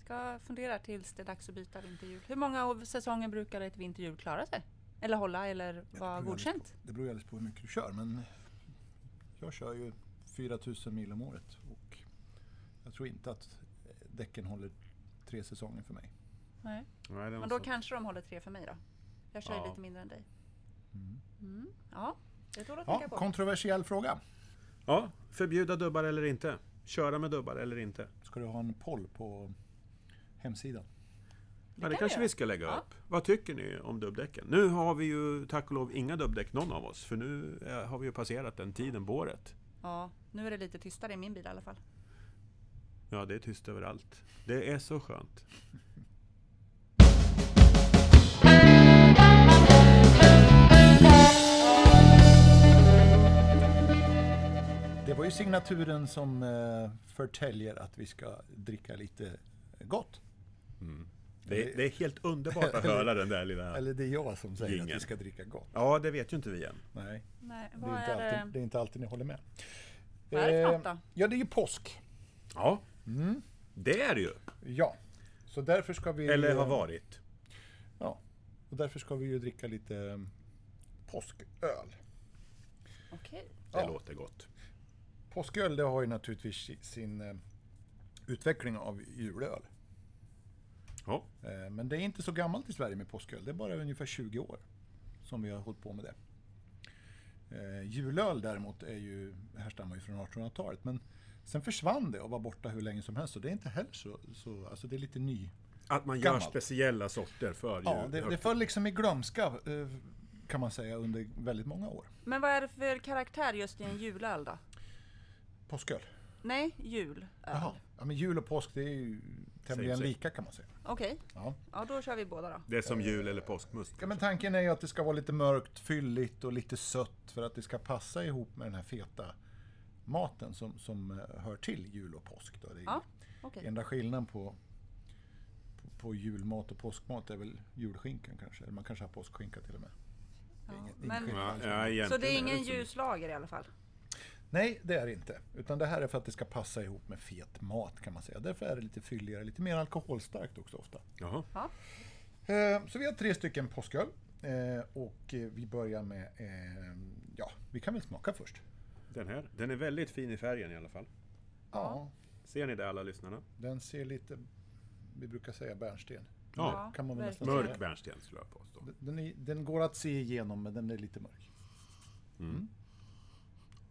Ska fundera tills det är dags att byta vinterhjul. Hur många av säsongen brukar ett vinterhjul klara sig? Eller hålla eller vara beror ju godkänt? Det beror ju alldeles på hur mycket du kör, men jag kör ju 4000 mil om året och jag tror inte att eh, däcken håller tre säsonger för mig. Nej. Nej, det är Men något då sånt. kanske de håller tre för mig då. Jag kör ju Ja. lite mindre än dig. Mm. Ja, det tål att Ja, tänka på. kontroversiell fråga. Ja, förbjuda dubbar eller inte? Köra med dubbar eller inte? Ska du ha en poll på hemsidan? Ja, det kan kanske vi vi göra. ska lägga Ja. upp. Vad tycker ni om dubbdäcken? Nu har vi ju tack och lov inga dubbdäck någon av oss, för nu eh, har vi ju passerat den tiden på året. Ja, nu är det lite tystare i min bil i alla fall. Ja, det är tyst överallt. Det är så skönt. Det var ju signaturen som eh, förtäljer att vi ska dricka lite gott. Det är, det är helt underbart att höra den där lilla... Eller det är jag som säger Ingen. att vi ska dricka gott. Ja, det vet ju inte vi än. Nej, Nej, det vad är, inte är alltid, det? det är inte alltid ni håller med. Vad är det Eh, för något då? Ja, det är ju påsk. Ja, Mm. det är det ju. Ja. Så därför ska vi... Eller har varit. Ja. Och därför ska vi ju dricka lite eh, påsköl. Okej. Det Ja. låter gott. Påsköl det har ju naturligtvis si- sin eh, utveckling av julöl. Ja. Eh, Men det är inte så gammalt i Sverige med påsköl. Det är bara ungefär 20 år som vi har hållit på med det. Eh, julöl däremot är ju, härstammar ju från 1800-talet. Men sen försvann det och var borta hur länge som helst. Så det är inte heller så, så alltså det är lite ny, Att man gör Gammalt. speciella sorter för Ja, det, det julhögtid. föll liksom i glömska eh, kan man säga under väldigt många år. Men vad är det för karaktär just i en julöl då? Påsköl. Nej, julöl. Jaha. Ja, men jul och påsk det är ju tämligen same. lika kan man säga. Okej, Ja. ja då kör vi båda då. Det är som jul eller påskmust. Ja, men tanken är ju att det ska vara lite mörkt, fylligt och lite sött för att det ska passa ihop med den här feta maten som, som eh, hör till jul och påsk. Då. Det är Ja, okej. Enda skillnaden på, på, på julmat och påskmat är väl julskinkan kanske, eller man kanske har påskskinka till och med. Det är ingen- ingen men- skillnad Ja, alls. ja, egentligen liksom- Så det är ingen inte liksom- så- ljuslager i alla fall? Nej, det är det inte. Utan det här är för att det ska passa ihop med fet mat kan man säga. Därför är det lite fylligare, lite mer alkoholstarkt också ofta. Jaha. Ja. Eh, Så vi har tre stycken påsköl. Eh, Och eh, vi börjar med, eh, ja, vi kan väl smaka först. Den här. Den är väldigt fin i färgen i alla fall. Ja, Ser ni det alla lyssnarna? den ser lite, vi brukar säga bärnsten. Ja. Kan man väl nästan verkligen. Mörk bärnsten skulle jag påstå. Den, är, den går att se igenom men den är lite mörk.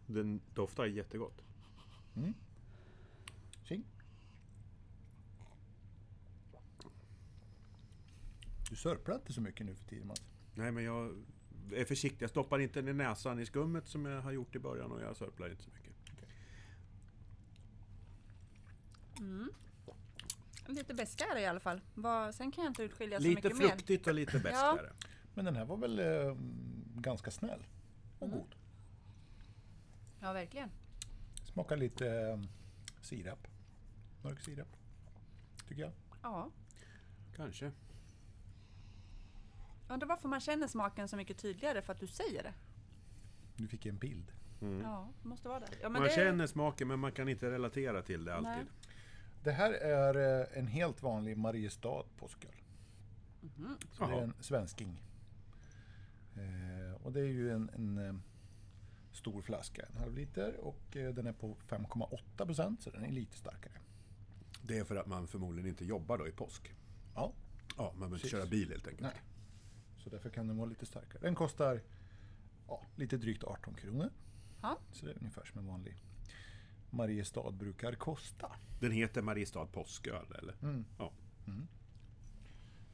Den doftar jättegott. Tjing! Du sörplar inte så mycket nu för tiden Mats. Nej, men jag är försiktig. Jag stoppar inte den i näsan i skummet som jag har gjort i början och jag sörplar inte så mycket. Lite beskare i alla fall. Vad- sen kan jag inte utskilja så Lite mycket mer. fruktigt och lite beskare. Men den här var väl eh, ganska snäll och god. Ja, verkligen. Smakar lite eh, sirap. Mörk sirap. Tycker jag. Ja. Kanske. Undrar varför man känner smaken så mycket tydligare för att du säger det. Nu fick jag en bild. Ja, det måste vara det. Ja, men Man det känner smaken men man kan inte relatera till det alltid. Det här är eh, en helt vanlig Mariestad påsköl. Så det är Jaha. en svensking. Eh, och det är ju en, en eh, stor flaska, en halv liter. Och eh, den är på 5,8 procent, så den är lite starkare. Det är för att man förmodligen inte jobbar då i påsk. Ja, Ja, man behöver inte Precis. köra bil helt enkelt. nej. Så därför kan den vara lite starkare. Den kostar ja, lite drygt 18 kronor. Ja. Så det är ungefär som en vanlig Mariestad brukar kosta. Den heter Mariestad påsköl, eller? Mm. Ja.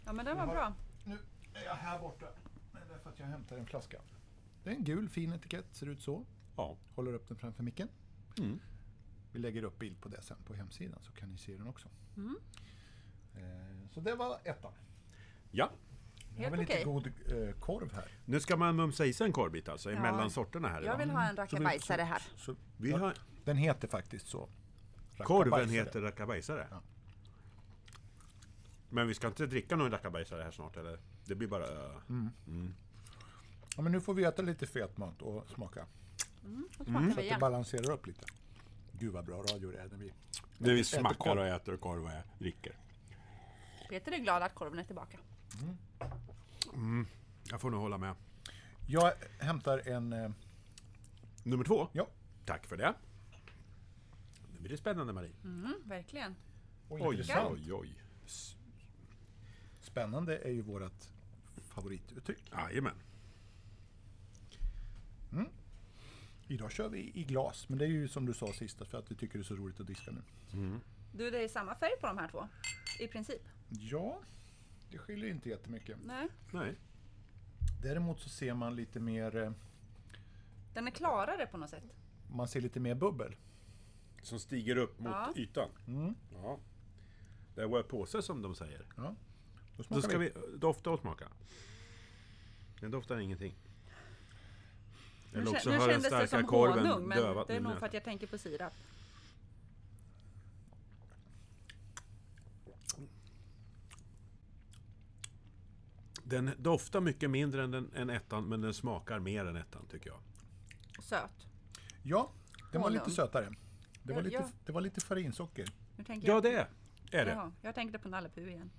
ja, men den var bra. Nu är jag här borta. Men det är för att jag hämtar en flaska. Det är en gul fin etikett, ser ut så. ja. Håller upp den framför micken. Mm. Vi lägger upp bild på det sen på hemsidan så kan ni se den också. Mm. Eh, Så det var ettan. Ja. Vi har väl Helt lite okej. god eh, korv här. Nu ska man mumsa i sig en korvbit alltså, Ja. emellan sorterna här Jag idag. vill ha en rackabajsare här. Så Vi har... Den heter faktiskt så. Korven Rackabajsare. heter rackabajsare. Ja. Men vi ska inte dricka någon rackabajsare här snart, eller? Det blir bara... Mm. Ja, men nu får vi äta lite fet mat och smaka. Då Mm. smakar vi Så att det igen. balanserar upp lite. Gud vad bra radio det är när vi... Det vi smackar korv. och äter korv och dricker. Peter är glad att korven är tillbaka. Jag får nog hålla med. Jag hämtar en... eh, Nummer två. Ja. Tack för det. Nu blir det spännande, Marie. Mm, verkligen. Oj, Oj, intressant. oj, oj. Spännande är ju vårt favorituttryck. Jajamän. Idag kör vi i glas, men det är ju som du sa sist, för att vi tycker det är så roligt att diska nu. Du, det är samma färg på de här två. I princip. Ja, det skiljer inte jättemycket. Nej. Nej. Däremot så ser man lite mer, eh, Den är klarare på något sätt. man ser lite mer bubbel. Som stiger upp mot Ja. ytan. Ja. Det var påse som de säger. Ja. Då Då smakar ska vi. vi eh, dofta och smaka. Den doftar ingenting. Nu, Eller kä- också nu har den kändes det starka som korven honung, men dövat det är min nog näsa. för att jag tänker på sirap. Den doftar mycket mindre än, den, än ettan, men den smakar mer än ettan tycker jag. Söt. Ja, den var Honung. lite sötare. Det var Ja, lite, ja. det var lite farinsocker. Nu tänker Ja, jag, det är, är det. Jaha, jag tänkte på Nalle Puh igen.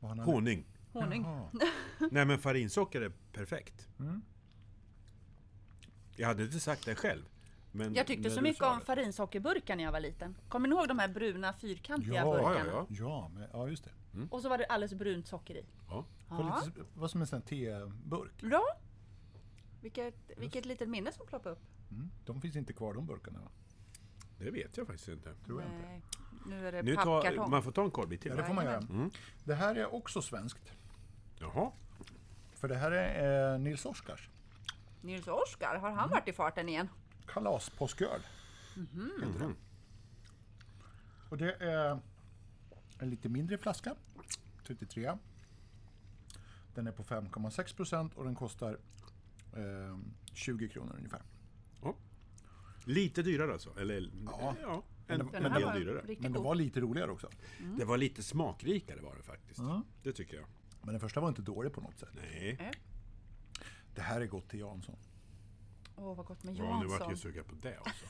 Vad har han här? Honung. Honung. Jaha. Hm. Nej, men farinsocker är perfekt. Jag hade inte sagt det själv. Men Jag tyckte när så du mycket sa om det- farinsockerburkar när jag var liten. Kommer ni ihåg de här bruna fyrkantiga Ja, burkarna? ja, Mm. ja. Ja, men, ja, just det. Och så var det alldeles brunt socker i. Ja. Det var Ja. lite, det var som en sån här teburk. Bra! Vilket, vilket litet minne som ploppade upp. De finns inte kvar de burkarna va? Det vet jag faktiskt inte. Tror jag inte. Nej. Eh, Nu är det Nu tar, pappkartong. man får ta en korvbit till. Ja, det får man göra. Mm. Det här är också svenskt. Jaha. För det här är eh, Nils Oskars Nils Oskar, har Mm. han varit i farten igen? kalaspåsköl. Mhm. Och det är en lite mindre flaska, 33. Den är på 5,6 procent och den kostar eh, 20 kronor ungefär. Lite dyrare alltså? Eller Ja. ja en, Den Den en här del var dyrare. riktigt Men den god. var lite roligare också. Det var lite smakrikare var det faktiskt. Mm. Det tycker jag. Men den första var inte dålig på något sätt. Nej. Det här är gott till Jansson. Åh, vad gott med Ja, nu vart Jansson. jag sugen på det också.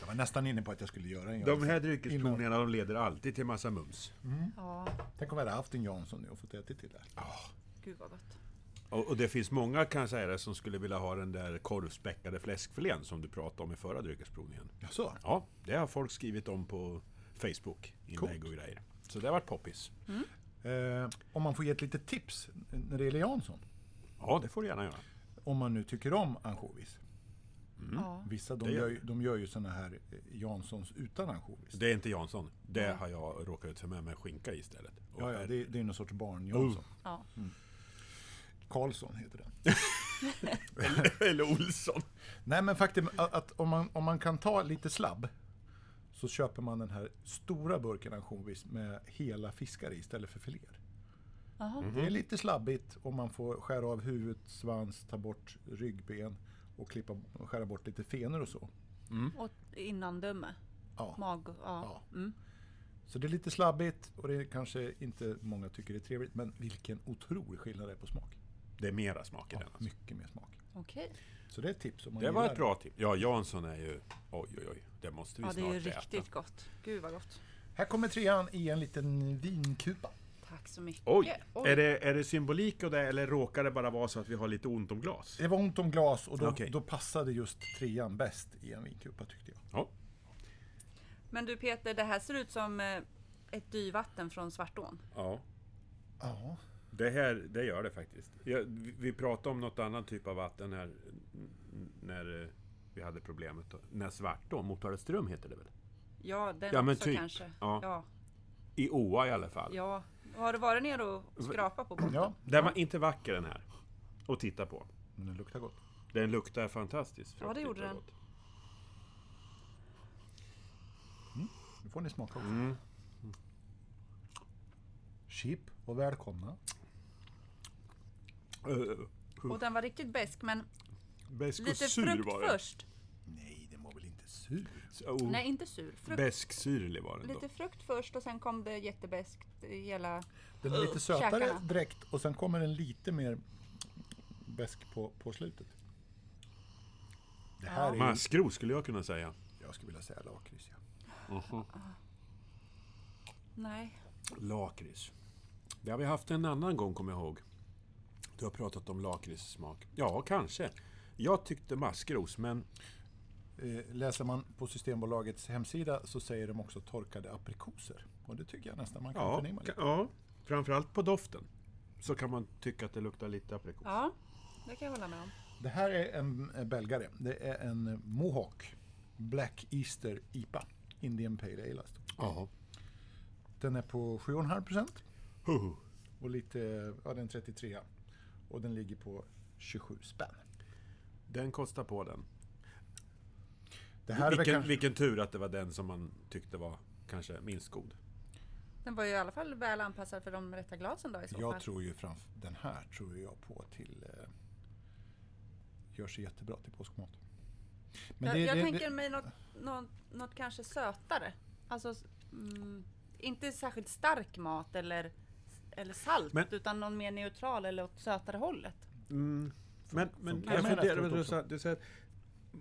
Jag var nästan inne på att jag skulle göra en Jansson. De här dryckesprovningarna de leder alltid till massa mums. Ja, Tänk om jag hade haft en Jansson nu och fått ätit till det. här. gud vad gott. Och, och det finns många kan jag säga det, som skulle vilja ha den där korvspäckade fläskfilén som du pratade om i förra dryckesprovningen. Jaså? Ja, det har folk skrivit om på Facebook. Inlägg och grejer. Så det har varit poppis. Eh, om man får ge ett litet tips när det gäller Jansson. Ja, det får du gärna göra. Om man nu tycker om ansjovis. Mm. Ja. Vissa de Det gör gör, ju- de gör ju såna här eh, Janssons utan ansjovis. Det är inte Jansson. Det har jag råkat ut för med mig skinka istället. Och Ja, ja, det, det är någon sorts Oh. barn-Jansson. Ja. Karlsson heter den. Eller Olsson. Nej men faktum att, att om, man, om man kan ta lite slabb så köper man den här stora burken ansjovis med hela fiskar i istället för filéer. Det är lite slabbigt och man får skära av huvud, svans, ta bort ryggben och klippa, och skära bort lite fenor och så. Mm. Och innandöme. Ja. Mag... Ja. Ja. Så det är lite slabbigt och det är kanske inte många tycker det är trevligt men vilken otrolig skillnad det är på smak. Det är mera smak i Ja, den. Alltså. mycket mer smak. Okej. Så det är ett tips om man Det var gillar ett bra tips. Ja, Jansson är ju... Oj, oj, oj. Det måste vi Ja, det snart är ju äta. riktigt gott. Gud vad gott. Här kommer trean i en liten vinkupa. Tack så mycket. Oj! Oj. Är, det, är det symbolik och det, eller råkar det bara vara så att vi har lite ont om glas? Det var ont om glas och då, Okej. då passade just trean bäst i en vinkupa tyckte jag. Ja. Men du Peter, det här ser ut som eh, ett dyvatten från Svartån. ja. Ja. Det här, det gör det faktiskt. Jag, vi vi pratade om något annan typ av vatten här n- n- när eh, vi hade problemet. Då. När Svartån, Motala ström heter det väl? Ja, den Ja, men också typ. kanske. Ja. Ja. I Åa i alla fall. ja. Har du varit ner och skrapat på botten? ja. Den var inte vacker den här. Att titta på. Men den luktar gott. Den luktar fantastiskt. Ja, det gjorde fruktigt och den. gott. Nu får ni smaka också. Chip och välkomna. Eh, Och den var riktigt besk men Besk och lite sur frukt var den. Mm. först. Nej, den var väl inte sur? Så, oh, Nej, inte sur. Frukt. Bäsksyrlig var den då. Lite frukt först och sen kom det jättebeskt i hela... Den är lite sötare Käkarna. direkt och sen kommer den lite mer besk på, på slutet. Det här är ju, Maskros skulle jag kunna säga. jag skulle vilja säga lakrits. Ja. Nej. Lakrits. Det har vi haft en annan gång, kommer jag ihåg. Du har pratat om lakritssmak. Ja, kanske. Jag tyckte maskros, men Eh, Läser man på Systembolagets hemsida så säger de också torkade aprikoser. Och det tycker jag nästan man kan ja, förnimma. ka- lite. ja, framförallt på doften så kan man tycka att det luktar lite aprikos. Ja, det kan jag hålla med om. Det här är en eh, belgare. Det är en eh, Mohawk Black Easter IPA. Indian Pale Ale. alltså. Ja. Den är på 7,5 procent Huh. och lite, ja den är 33. Och den ligger på 27 spänn. Den kostar på den. Det här är vilken, väl kanske... vilken tur att det var den som man tyckte var kanske minst god. Den var ju i alla fall väl anpassad för de rätta glasen då i så Jag fall. tror ju framför den här tror jag på till eh, gör sig jättebra till påskmat. Men jag det- jag det- tänker det- mig något, något, något kanske sötare. Alltså, s- mm, inte särskilt stark mat eller, eller salt, Men- utan någon mer neutral eller åt sötare hållet. Mm. Men, men funkar jag med funderar efteråt på du också. sa, du sa att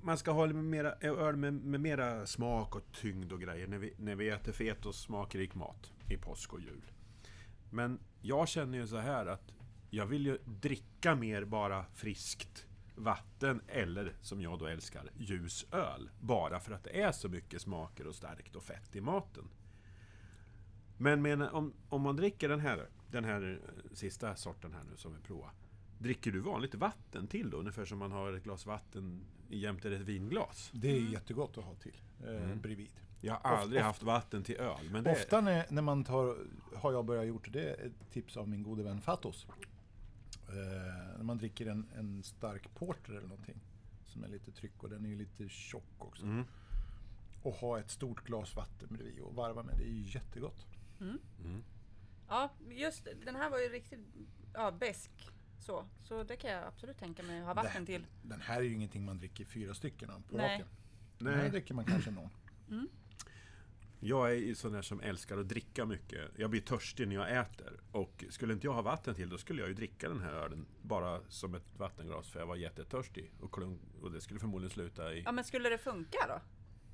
man ska ha med mera, öl med, med mera smak och tyngd och grejer när vi, när vi äter fet och smakrik mat i påsk och jul. Men jag känner ju så här att jag vill ju dricka mer bara friskt vatten eller, som jag då älskar, ljus öl. Bara för att det är så mycket smaker och starkt och fett i maten. Men men, om, om man dricker den här, den här eh, sista sorten här nu som vi provar. Dricker du vanligt vatten till då? Ungefär som man har ett glas vatten jämte ett vinglas. Det är jättegott att ha till eh, bredvid. Jag har aldrig haft vatten till öl, men Mm. det Ofta när, när man tar, har jag börjat gjort det, är ett tips av min gode vän Fatos. Eh, när man dricker en, en stark porter eller någonting, som är lite tryck och den är ju lite tjock också. Mm. Och ha ett stort glas vatten bredvid och varva med, det är ju jättegott. Ja, just den här var ju riktigt ja, besk. Så, så det kan jag absolut tänka mig att ha vatten till. Den här är ju ingenting man dricker fyra stycken av på Nej. raken. Den här dricker man kanske någon. Jag är ju sån där som älskar att dricka mycket. Jag blir törstig när jag äter. Och skulle inte jag ha vatten till, då skulle jag ju dricka den här ölen bara som ett vattenglas, för jag var jättetörstig. Och, klunk- och det skulle förmodligen sluta i... Ja, men skulle det funka då?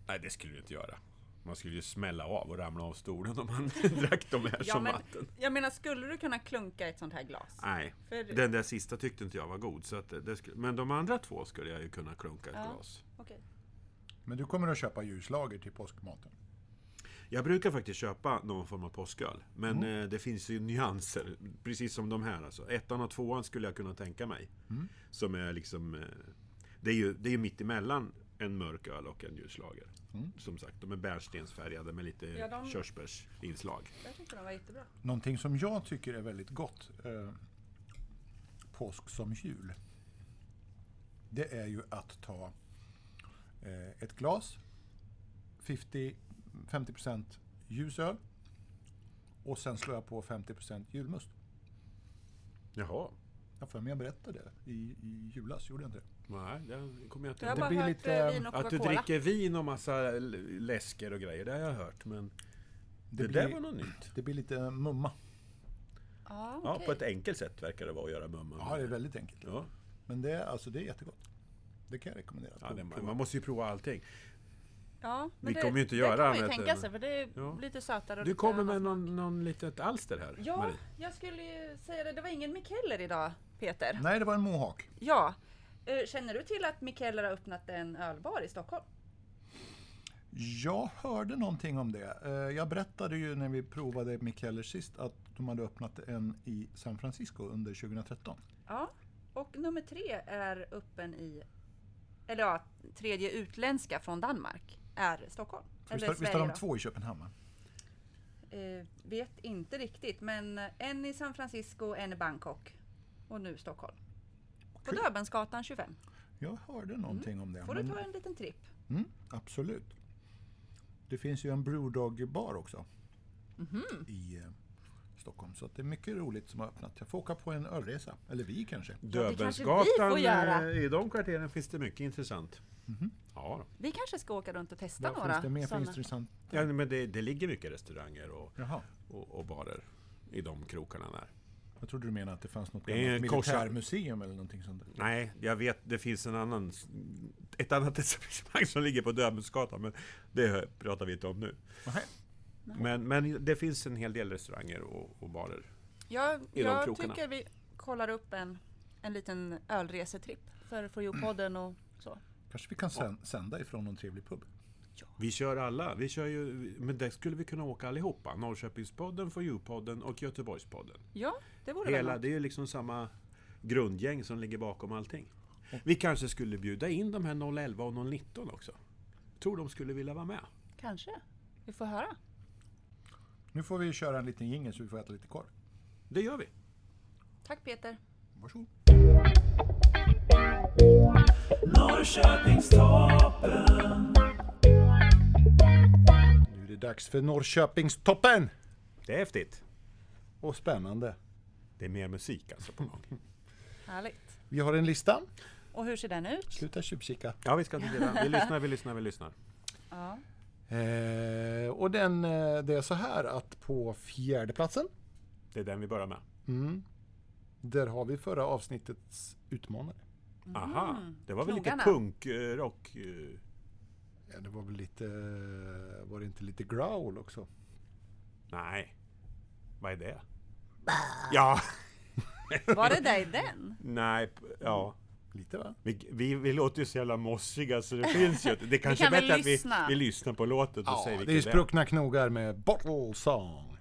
Nej, det skulle det inte göra. Man skulle ju smälla av och ramla av stolen om man drack de här Ja, som men, vatten. jag menar, skulle du kunna klunka i ett sånt här glas? Nej, För- den där sista tyckte inte jag var god. Så att det, det skulle, men de andra två skulle jag ju kunna klunka ett Ja. glas. Okej. Men du kommer att köpa ljuslager till påskmaten. Jag brukar faktiskt köpa någon form av påsköl. Men Mm. eh, det finns ju nyanser. Precis som de här alltså. Ettan och tvåan skulle jag kunna tänka mig. Mm. Som är liksom... Eh, det är ju, det är ju mitt emellan en mörk öl och en ljuslager. Som sagt, de är bärstensfärgade med lite Mm. Ja, de- körsbärsinslag. Jag tyckte den var jättebra. Någonting som jag tycker är väldigt gott, eh, påsk som jul, det är ju att ta eh, ett glas, 50, 50% ljus öl och sen slår jag på 50% julmust. Jaha. Jag för mig jag berättade det i, i julas, gjorde jag inte det? Nej, det kommer jag inte Jag har ihåg. bara blir hört lite, eh, vin och Att du Coca-Cola. dricker vin och massa l- läsker och grejer, det har jag hört. Men det, där var något nytt. det blir lite mumma. Ja, Ja, okej. på ett enkelt sätt verkar det vara att göra mumma. Ja, det är väldigt enkelt. Ja. Men det, är- alltså, det är jättegott. Det kan jag rekommendera. Ja, Prov- det, prova. man måste ju prova allting. ja, men vi kommer ju inte göra Det kan man ju annat tänka än- sig, för det är Ja. lite sötare. och Du lite kommer med annan smak. någon, någon litet alster här, Ja, Marie. jag skulle ju säga det. Det var ingen Mikeller idag, Peter. Nej, det var en mohawk. Ja. Eh, Känner du till att Mikeller har öppnat en ölbar i Stockholm? Jag hörde någonting om det. Eh, Jag berättade ju när vi provade Mikeller sist att de hade öppnat en i San Francisco under 2013. Ja, och nummer tre är öppen i, eller ja, tredje utländska från Danmark är Stockholm. Visst eller har- visst har Sverige de då. två i Köpenhamn? va? Eh, vet inte riktigt, men en i San Francisco, en i Bangkok och nu Stockholm. På Kul. Döbelnsgatan 25. Jag hörde någonting om det. Mm. Får du men- ta en liten tripp. mm, absolut. Det finns ju en Brewdog-bar också Mhm. i eh, Stockholm. Så att det är mycket roligt som har öppnat. Jag får åka på en ölresa. Eller vi kanske. det kanske vi får Döbelnsgatan, göra. eh, i de kvarteren finns det mycket intressant. Ja, då. Vi kanske ska åka runt och testa Vad några. finns det mer för sådana. intressant? ja men det, det ligger mycket restauranger och, Jaha. och, och barer i de krokarna där. Jag trodde du menade att det fanns något Det är gammalt korsar- militärmuseum eller någonting sånt. där. Nej, jag vet, det finns en annan, ett annat etablissemang som ligger på Döbelnsgatan, men det pratar vi inte om nu. Nähä. Men, men det finns en hel del restauranger och, och barer. Jag, de jag krokarna. tycker vi kollar upp en, en liten ölresetripp för For Mm. You-podden och så. Kanske vi kan sen- sända ifrån någon trevlig pub. Vi kör alla. Vi kör ju, men där skulle vi kunna åka allihopa. Norrköpingspodden, For You-podden och Göteborgspodden. Ja, det vore väl Hela, något. det är ju liksom samma grundgäng som ligger bakom allting. Vi kanske skulle bjuda in de här 011 och 019 också. Tror de skulle vilja vara med. Kanske. Vi får höra. Nu får vi köra en liten jingel så vi får äta lite korv. Det gör vi. Tack Peter. Varsågod. Norrköpingstoppen, Nu är det dags för Norrköpingstoppen! Det är häftigt. Och spännande. Det är mer musik alltså på gång. Härligt. Vi har en lista. Och hur ser den ut? Sluta tjuvkika. Ja, vi ska inte glida. Vi lyssnar, vi lyssnar, vi lyssnar. Ja. Eh, och den, eh, det är så här att på fjärdeplatsen, Det är den vi börjar med. mm, där har vi förra avsnittets utmanare. Aha, Mm. det var väl lite Knogarna. punk, eh, rock... eh, Ja, det var väl lite, eh, var det inte lite growl också? Nej. Vad är det? Ja, Var det där i den? nej, p- ja. Lite va? Vi, vi, vi låter ju så jävla mossiga så det finns ju inte. Det kanske kan är väl bättre att vi, lyssna. vi lyssnar på låten och säger Ja, vilken det är spruckna knogar med Bottle Song. är.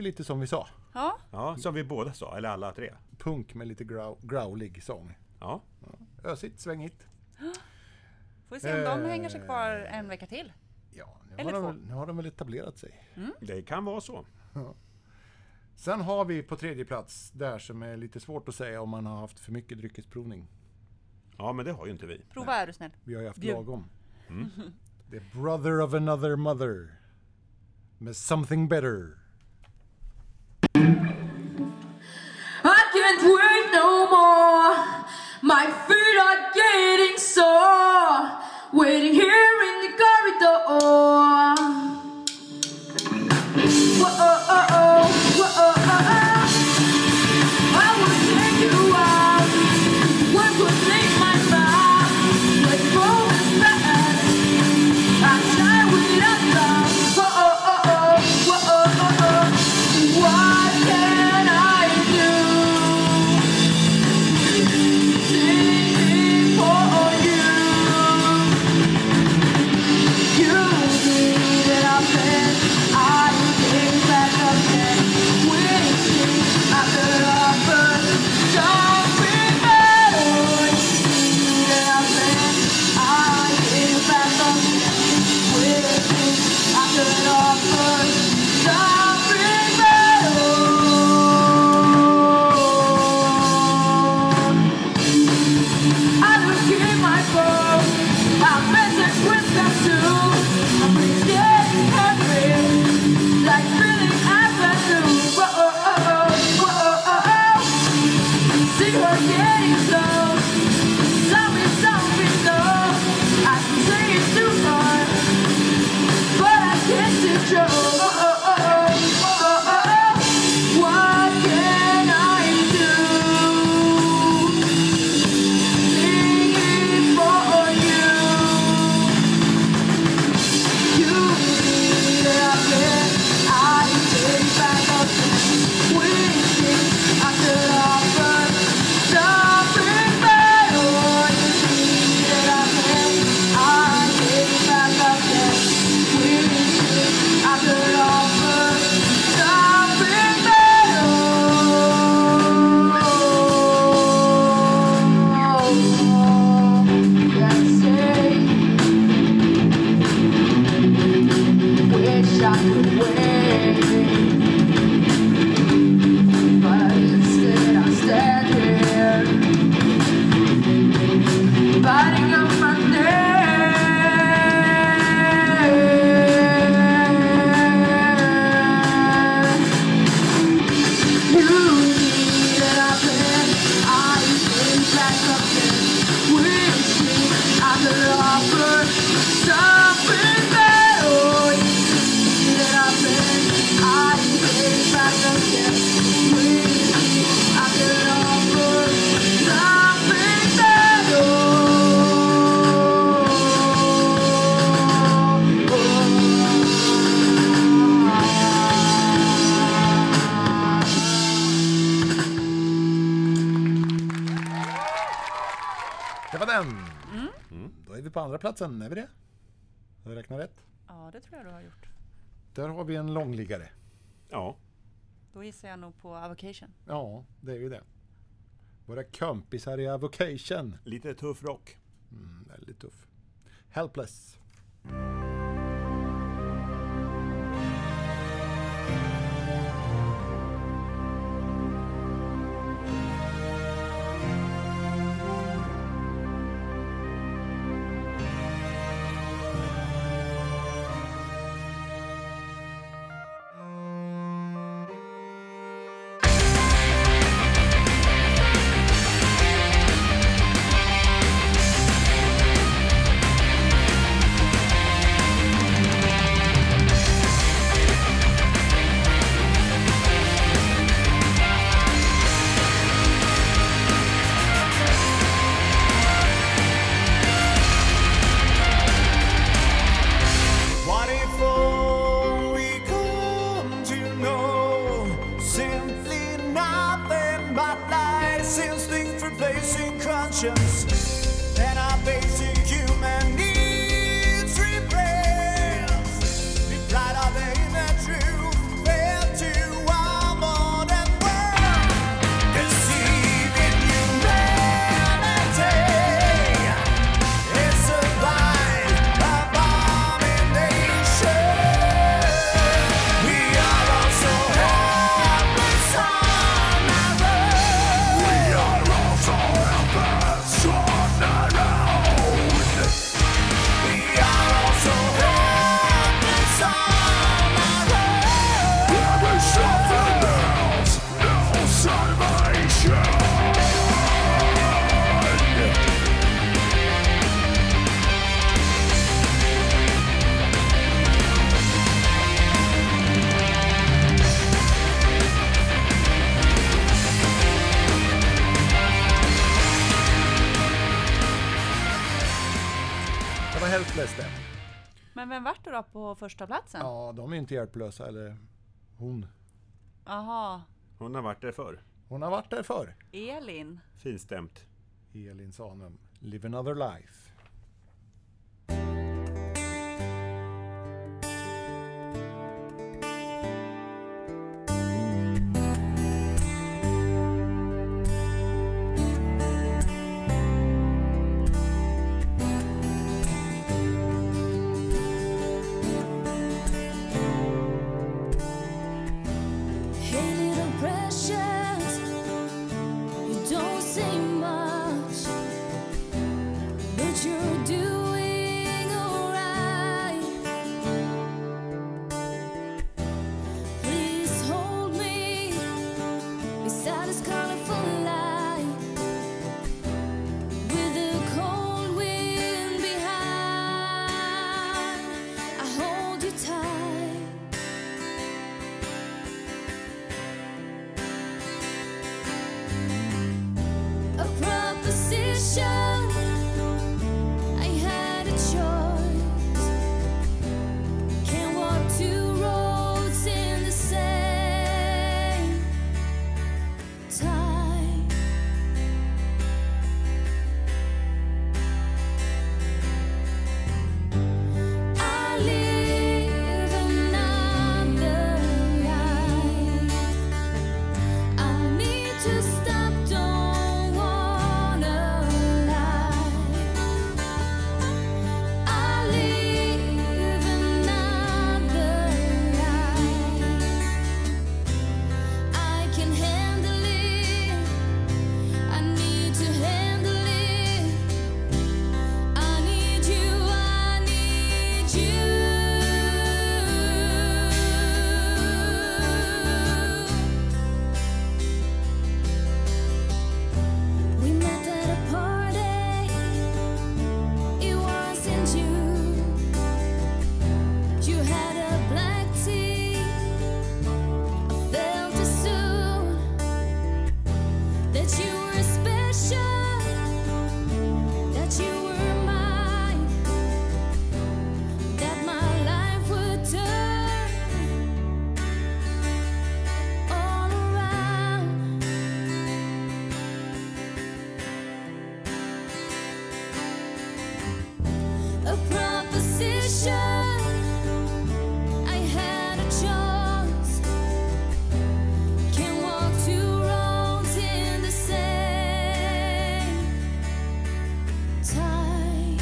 lite som vi sa. Ja, Ja, som vi båda sa, eller alla tre. Punk med lite grow, growlig sång. Ja, Ösigt, svängigt. får vi se om de Eh. hänger sig kvar en vecka till. Ja, nu har, Eller de, två. väl- nu har de väl etablerat sig. det kan vara så. Sen har vi på tredje plats, där som är lite svårt att säga om man har haft för mycket dryckesprovning. Ja, men det har ju inte vi. Prova är du snäll. Vi har ju haft Bjud. lagom. Det är Brother of another mother. Med Something better. I can't wait no more. My feet are getting sore. Waiting here in the corridor. Whoa, oh, oh, oh. Whoa, oh, oh, oh. I will take you out. What would make my mind? Let's go as fast. I try without love. Whoa, oh, oh, oh. Whoa, oh, oh, oh. What can I do? Singing for you. You need it up then. I came back up then. Wishing I could offer something better. You need it up then. I came back up then. Wishing I could offer something better. I don't keep my phone. I message with them too. I'm getting hungry, like feeling after two. Whoa, oh, oh, oh, whoa, oh, oh, oh. See her getting close. Something, something, no. I can say it's too far, but I can't control. Whoa, oh, oh, oh, whoa, oh, oh, oh. What can I do? Singing for you. You need it up there. I take back up there. Wishing I could offer something better. You need it up there. I take back up there. Wishing I could offer something better. Wish I could wait, but instead I stand here, biting up my nails. You need it up there. I need back up there. Wish me I could offer something better. You need it up there. I need back up there. Wish me I could offer something better. Det var den! Mm. Då är vi på andra platsen, är vi det? Har jag räknat rätt? Ja, det tror jag du har gjort. Där har vi en långliggare. Ja, Då gissar jag nog på Avocation. Ja, det är ju det. Våra kompisar i Avocation. lite tuff rock. Mm, väldigt tuff. Helpless. What if all we come to know simply nothing but lies, instinct replacing conscience, and our basic human needs replaced? The pride of the inner truth failed to Helpless Death. Men vem vart du då på första platsen? Ja, de är inte hjälplösa, eller hon. Jaha, Hon har varit där förr. Hon har varit där förr. Elin. Finstämt. Elin Sanum, Live Another Life. Hey, little precious, you don't say much, but you're doing alright. Please hold me beside this colorful light with a cold wind behind. I hold you tight. a proposition. I had a choice. Can't walk two roads in the same time. I live another life. I need to stop, don't wanna lie. I live another life. I can handle it. I need to handle it. I need you, I need you. We met at a party. It was in June. You had a black tea. I felt as soon that you were special, that you were mine, that my life would turn all around. a proposition. I had a choice. Can walk two roads in the same time.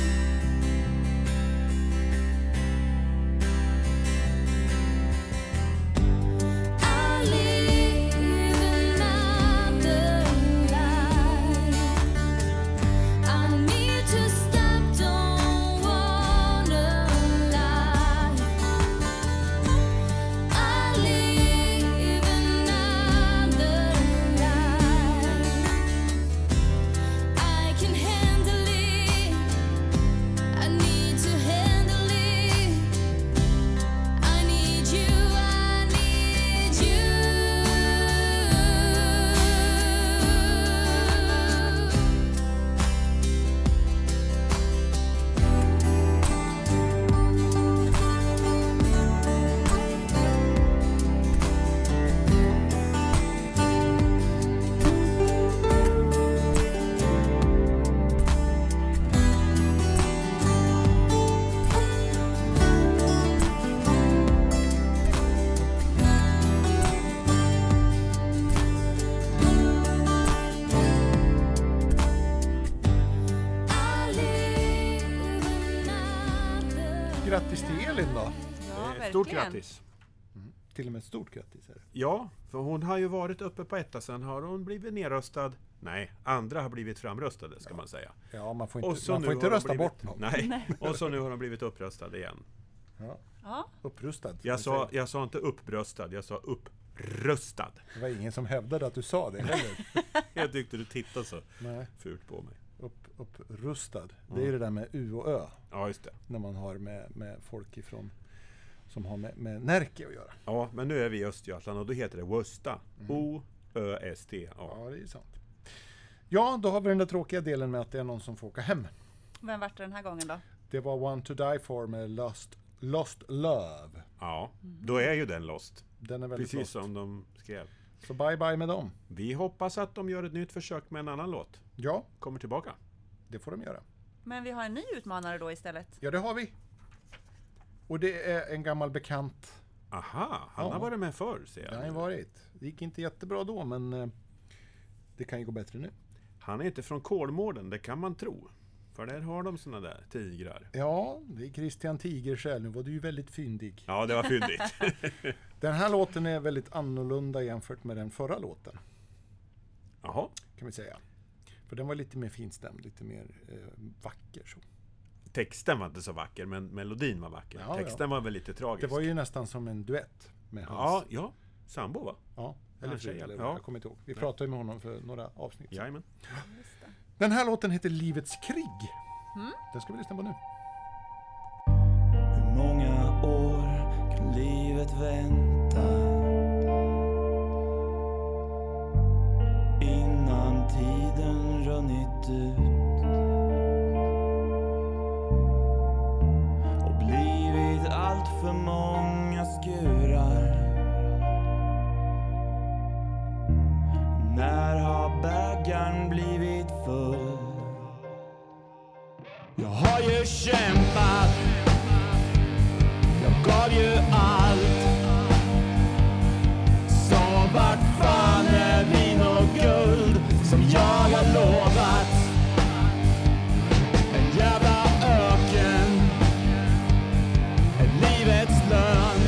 I live another life. I need to stop, don't wanna lie. I live another life. I can handle it. I need to handle it. I need you. I need you. I live another Grattis till Elin då! Ja, Eh, Stort verkligen. grattis! Till och med stort grattis är det. Ja, för hon har ju varit uppe på etta, sen har hon blivit nerröstad. Nej, andra har blivit framröstade ska man säga. Ja, man får Och inte, så man nu får inte har de rösta blivit, bort någon. Nej, och så nu har de blivit uppröstade igen. Ja, Ja, upprustad. som Jag vi sa, säger. jag sa inte uppbröstad, jag sa uppröstad. Det var ingen som hävdade att du sa det heller. Jag tyckte du tittade så Nej, fult på mig. upp, upprustad. Det är Mm. ju det där med U och Ö. Ja, just det. När man har med, med folk ifrån som har med, med Närke att göra. Ja, men nu är vi i Östergötland och då heter det Wösta. O-Ö-S-T. Ja. Mm. Ja, det är sant. Ja, då har vi den där tråkiga delen med att det är någon som får åka hem. vem vart det den här gången då? Det var One to Die For med Lost, Lost Love. Ja, då är ju den lost. Den är väldigt Precis Precis. som de skrev. Så bye bye med dem. Vi hoppas att de gör ett nytt försök med en annan låt. Ja, Kommer tillbaka. det får de göra. Men vi har en ny utmanare då istället. Ja, det har vi. Och det är en gammal bekant. Aha, han Ja. har varit med förr ser Det har ju jag. varit. Det gick inte jättebra då, men eh, det kan ju gå bättre nu. Han är inte från Kolmården, det kan man tro. För där har de såna där tigrar. Ja, det är Christian Tigersäl. Nu var du ju väldigt fyndig. Ja, det var fyndigt. Den här låten är väldigt annorlunda jämfört med den förra låten, Jaha, kan vi säga. För den var lite mer finstämd, lite mer eh, vacker. Så. texten var inte så vacker, men melodin var vacker. Ja, texten var väl lite Det tragisk. var ju nästan som en duett med Ja, hans... ja. Sambo va? ja eller hans fru, tjej, eller ja. jag kommer inte ihåg. Vi pratade ju med honom för några avsnitt sedan. Jajamän. Den här låten heter Livets krig. Den ska vi lyssna på nu. Hur många år kan livet vänta? Innan tiden runnit ut och blivit allt för många skurar. När har bägaren blivit full? Jag har ju kämpat jag gav ju allt Så vart fan är vin och guld som jag har lovat? En jävla öken Är livets lön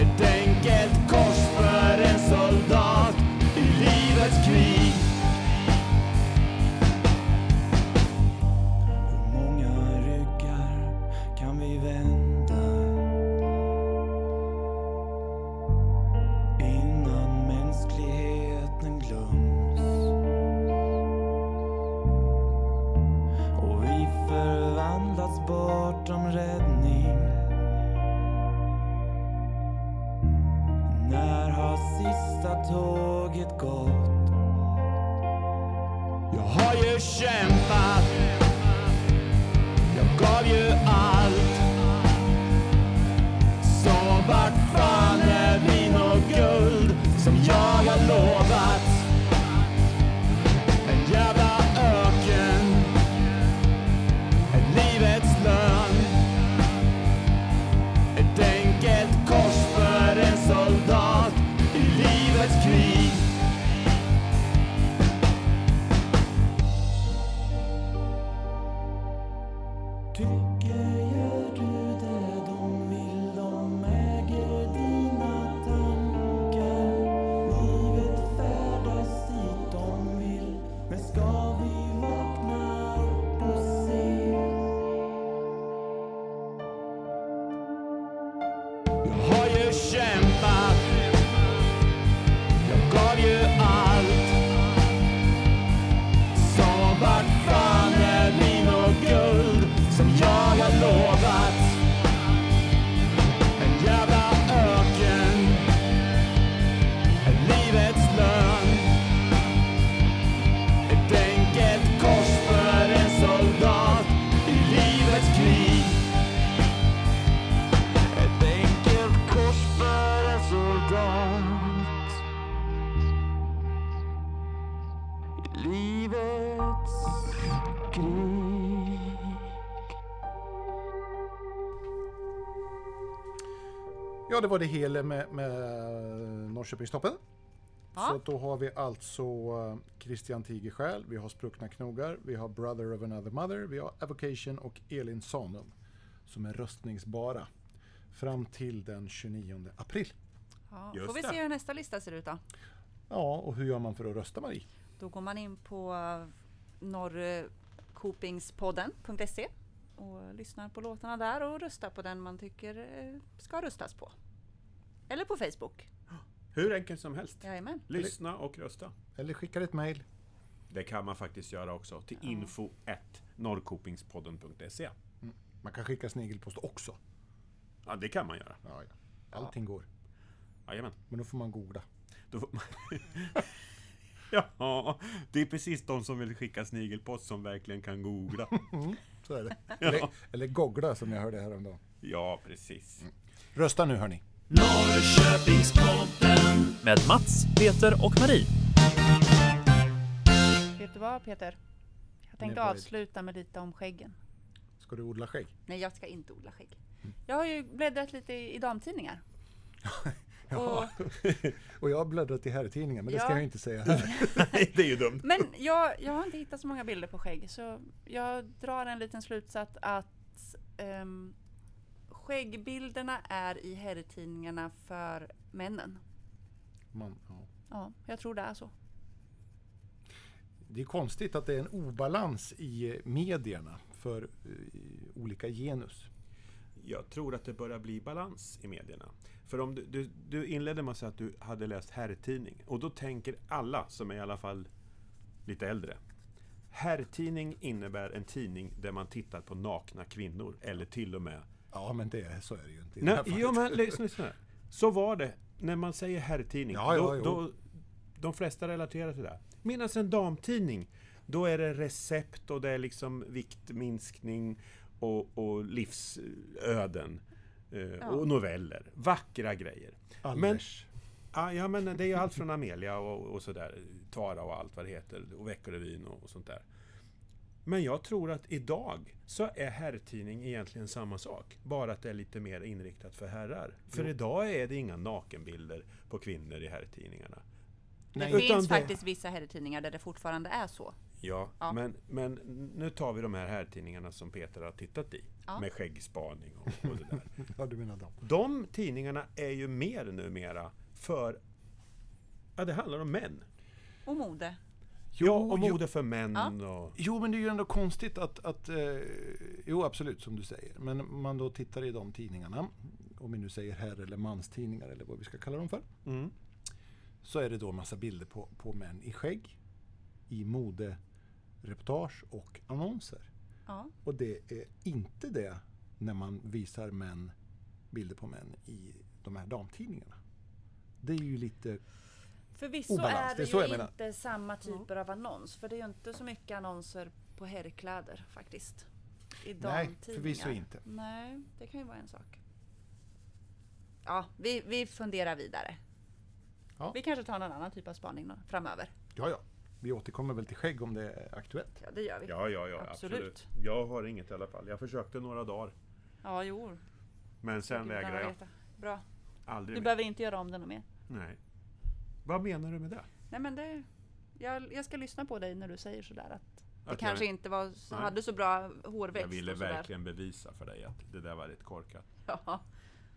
Ett enkelt kors för en soldat i livets krig Hur många ryggar kan vi vända innan mänskligheten glöms? Och vi förvandlas bortom räddning. När har sista tåget gått? Jag har ju kämpat jag gav ju allt Så vart fan är vin och guld som jag har lovat? En jävla öken Ett livets lön Ett enkelt kors för en soldat i livets krig Tycker gör du det de vill? De äger dina tankar. Livet färdas dit de vill. Men ska vi vakna upp och se? Jag har ju kämpat. Jag gav ju allt. Så vart fan är vin och guld som jag har lovat? En jävla öken, en livets lön. Ett enkelt kors för en soldat i livets krig. Ett enkelt kors för en soldat livets krig Ja, det var det hela med, med eh, Norrköpingstoppen. Ja. Så att då har vi alltså eh, Christian Tigersjäl, vi har Spruckna knogar, vi har Brother of another mother, vi har Avocation och Elin Sanum som är röstningsbara fram till den 29 april. Ja, Just får vi det. se hur nästa lista ser ut då. Ja, och hur gör man för att rösta Marie? Då går man in på eh, norrkopingspodden.se och lyssnar på låtarna där och röstar på den man tycker eh, ska röstas på. Eller på Facebook. Hur enkelt som helst. Jajamän. Lyssna och rösta. Eller skickar ett mejl. Det kan man faktiskt göra också till info norrkopingspodden.se. Man kan skicka snigelpost också. Ja, det kan man göra. Ja, ja. Allting går. Jajamän. Men då får man googla. Då får man... ja, det är precis de som vill skicka snigelpost som verkligen kan googla. Så är det. Eller, eller googla som jag hörde häromdagen. Ja, precis. Rösta nu hörni. Norrköpingspodden, Med Mats, Peter och Marie. Vet du vad Peter? Jag Ingen tänkte nöjd. avsluta med lite om skäggen. Ska du odla skägg? Nej, jag ska inte odla skägg. Jag har ju bläddrat lite i i damtidningar. Ja. Och jag har bläddrat i herrtidningen, men det ska Ja. jag inte säga här. Nej, det är ju dumt. Men jag, jag har inte hittat så många bilder på skägg så jag drar en liten slutsats att ehm, skäggbilderna är i herrtidningarna för männen. Man, ja. Ja, jag tror det är så. Det är konstigt att det är en obalans i eh, medierna för eh, olika genus. Jag tror att det börjar bli balans i medierna. För om du, du, du inledde med att säga att du hade läst herrtidning. Och då tänker alla, som är i alla fall lite äldre. Herrtidning innebär en tidning där man tittar på nakna kvinnor. Eller till och med... Ja, men det, är- så är det ju inte i det Nej, här fallet. jo, men lyssna, lyssna. Så var det. När man säger herrtidning, Ja, ja, då, jo. då... De flesta relaterar till det. Medan en damtidning, då är det recept och det är liksom viktminskning och, och livsöden. eh, Och noveller. Vackra grejer. Anders. Ah, ja, men det är ju allt från Amelia och, och sådär. Tara och allt vad det heter. Och Veckorevyn och, och sånt där. Men jag tror att idag så är herrtidning egentligen samma sak. Bara att det är lite mer inriktat för herrar. För idag är det inga nakenbilder på kvinnor i herrtidningarna. det utan finns det- faktiskt vissa herrtidningar där det fortfarande är så. Ja, Ja. Men, men nu tar vi de här herrtidningarna som Peter har tittat i. Med skäggspaning och, och det där. Ja, du menar dem. De tidningarna är ju mer numera för... Ja, det handlar om män. Och mode. Jo, ja, och jo. mode för män och... Jo, men det är ju ändå konstigt att... att eh, jo, absolut, som du säger. Men om man då tittar i de tidningarna, om vi nu säger herr eller manstidningar eller vad vi ska kalla dem för, Mm. så är det då massa bilder på, på män i skägg, i modereportage och annonser. Ja. Och det är inte det när man visar män, bilder på män i de här damtidningarna. Det är ju lite... Förvisso Obalans, är det det är så jag ju menar. inte samma typer av annons. För det är ju inte så mycket annonser på herrkläder faktiskt. Nej, I damtidningar. förvisso inte. Nej, det kan ju vara en sak. Ja, vi, vi funderar vidare. Ja. Vi kanske tar någon annan typ av spaning nå- framöver. Ja, ja. Vi återkommer väl till skägg om det är aktuellt. Ja, det gör vi. Ja, Ja, ja, ja, absolut. Absolut. Jag har inget i alla fall. Jag försökte några dagar, jo. men sen gudarna vägrar jag. veta. Bra. Aldrig Du mer. behöver inte göra om det något mer. Nej. Vad menar du med det? Nej, men det... Jag, jag ska lyssna på dig när du säger sådär att det Att kanske jag, inte var, så- Nej. hade så bra hårväxt jag ville och sådär. verkligen bevisa för dig att det där var rätt korkat. Ja.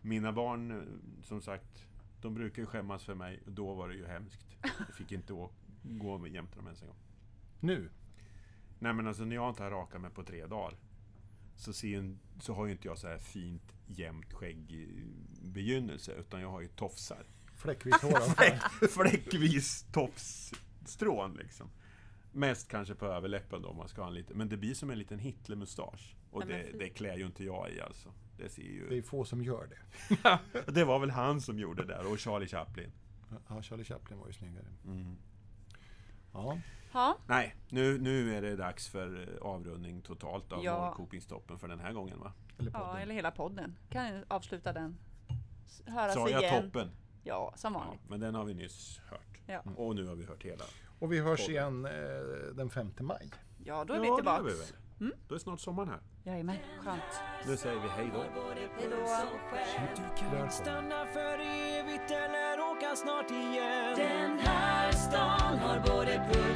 Mina barn, eh, som sagt, de brukar ju skämmas för mig. Då var det ju hemskt. Jag fick inte å- gå med- jämte dem ens en gång. Nu, Nej men alltså när jag inte har rakat mig på tre dagar så, ser ju en, så har ju inte jag så här fint jämnt skägg eh, begynnelse utan jag har ju tofsar. fläckvis hår. Fläck, fläckvis tofsstrån liksom. Mest kanske på överläppen då om man ska ha en liten. Men det blir som en liten Hitlermustasch. Och Nej, men det, fy. det klär ju inte jag i alltså. Det ser Det är ju... få som gör det. Det var väl han som gjorde det där och Charlie Chaplin. Ja, Charlie Chaplin var ju snyggare. Ja. Ja, Nej, nu, nu är det dags för eh, avrundning totalt av Ja. Norrkopingstoppen för den här gången va? Eller ja, podden. eller hela podden. Kan ju avsluta den. S- Höras Sa jag igen. toppen? Ja, som Ja, vanligt. men den har vi nyss hört. Mm. Ja. Och nu har vi hört hela. Och vi hörs Podden. igen eh, den 5 maj. Ja, då är Ja, vi det gör vi tillbaks. Mm. väl. Då är snart sommaren här. Jajamän, skönt. Nu säger vi hej då. Hej Du då. Välkommen. kan stanna för evigt eller åka snart igen Den här stan har både puls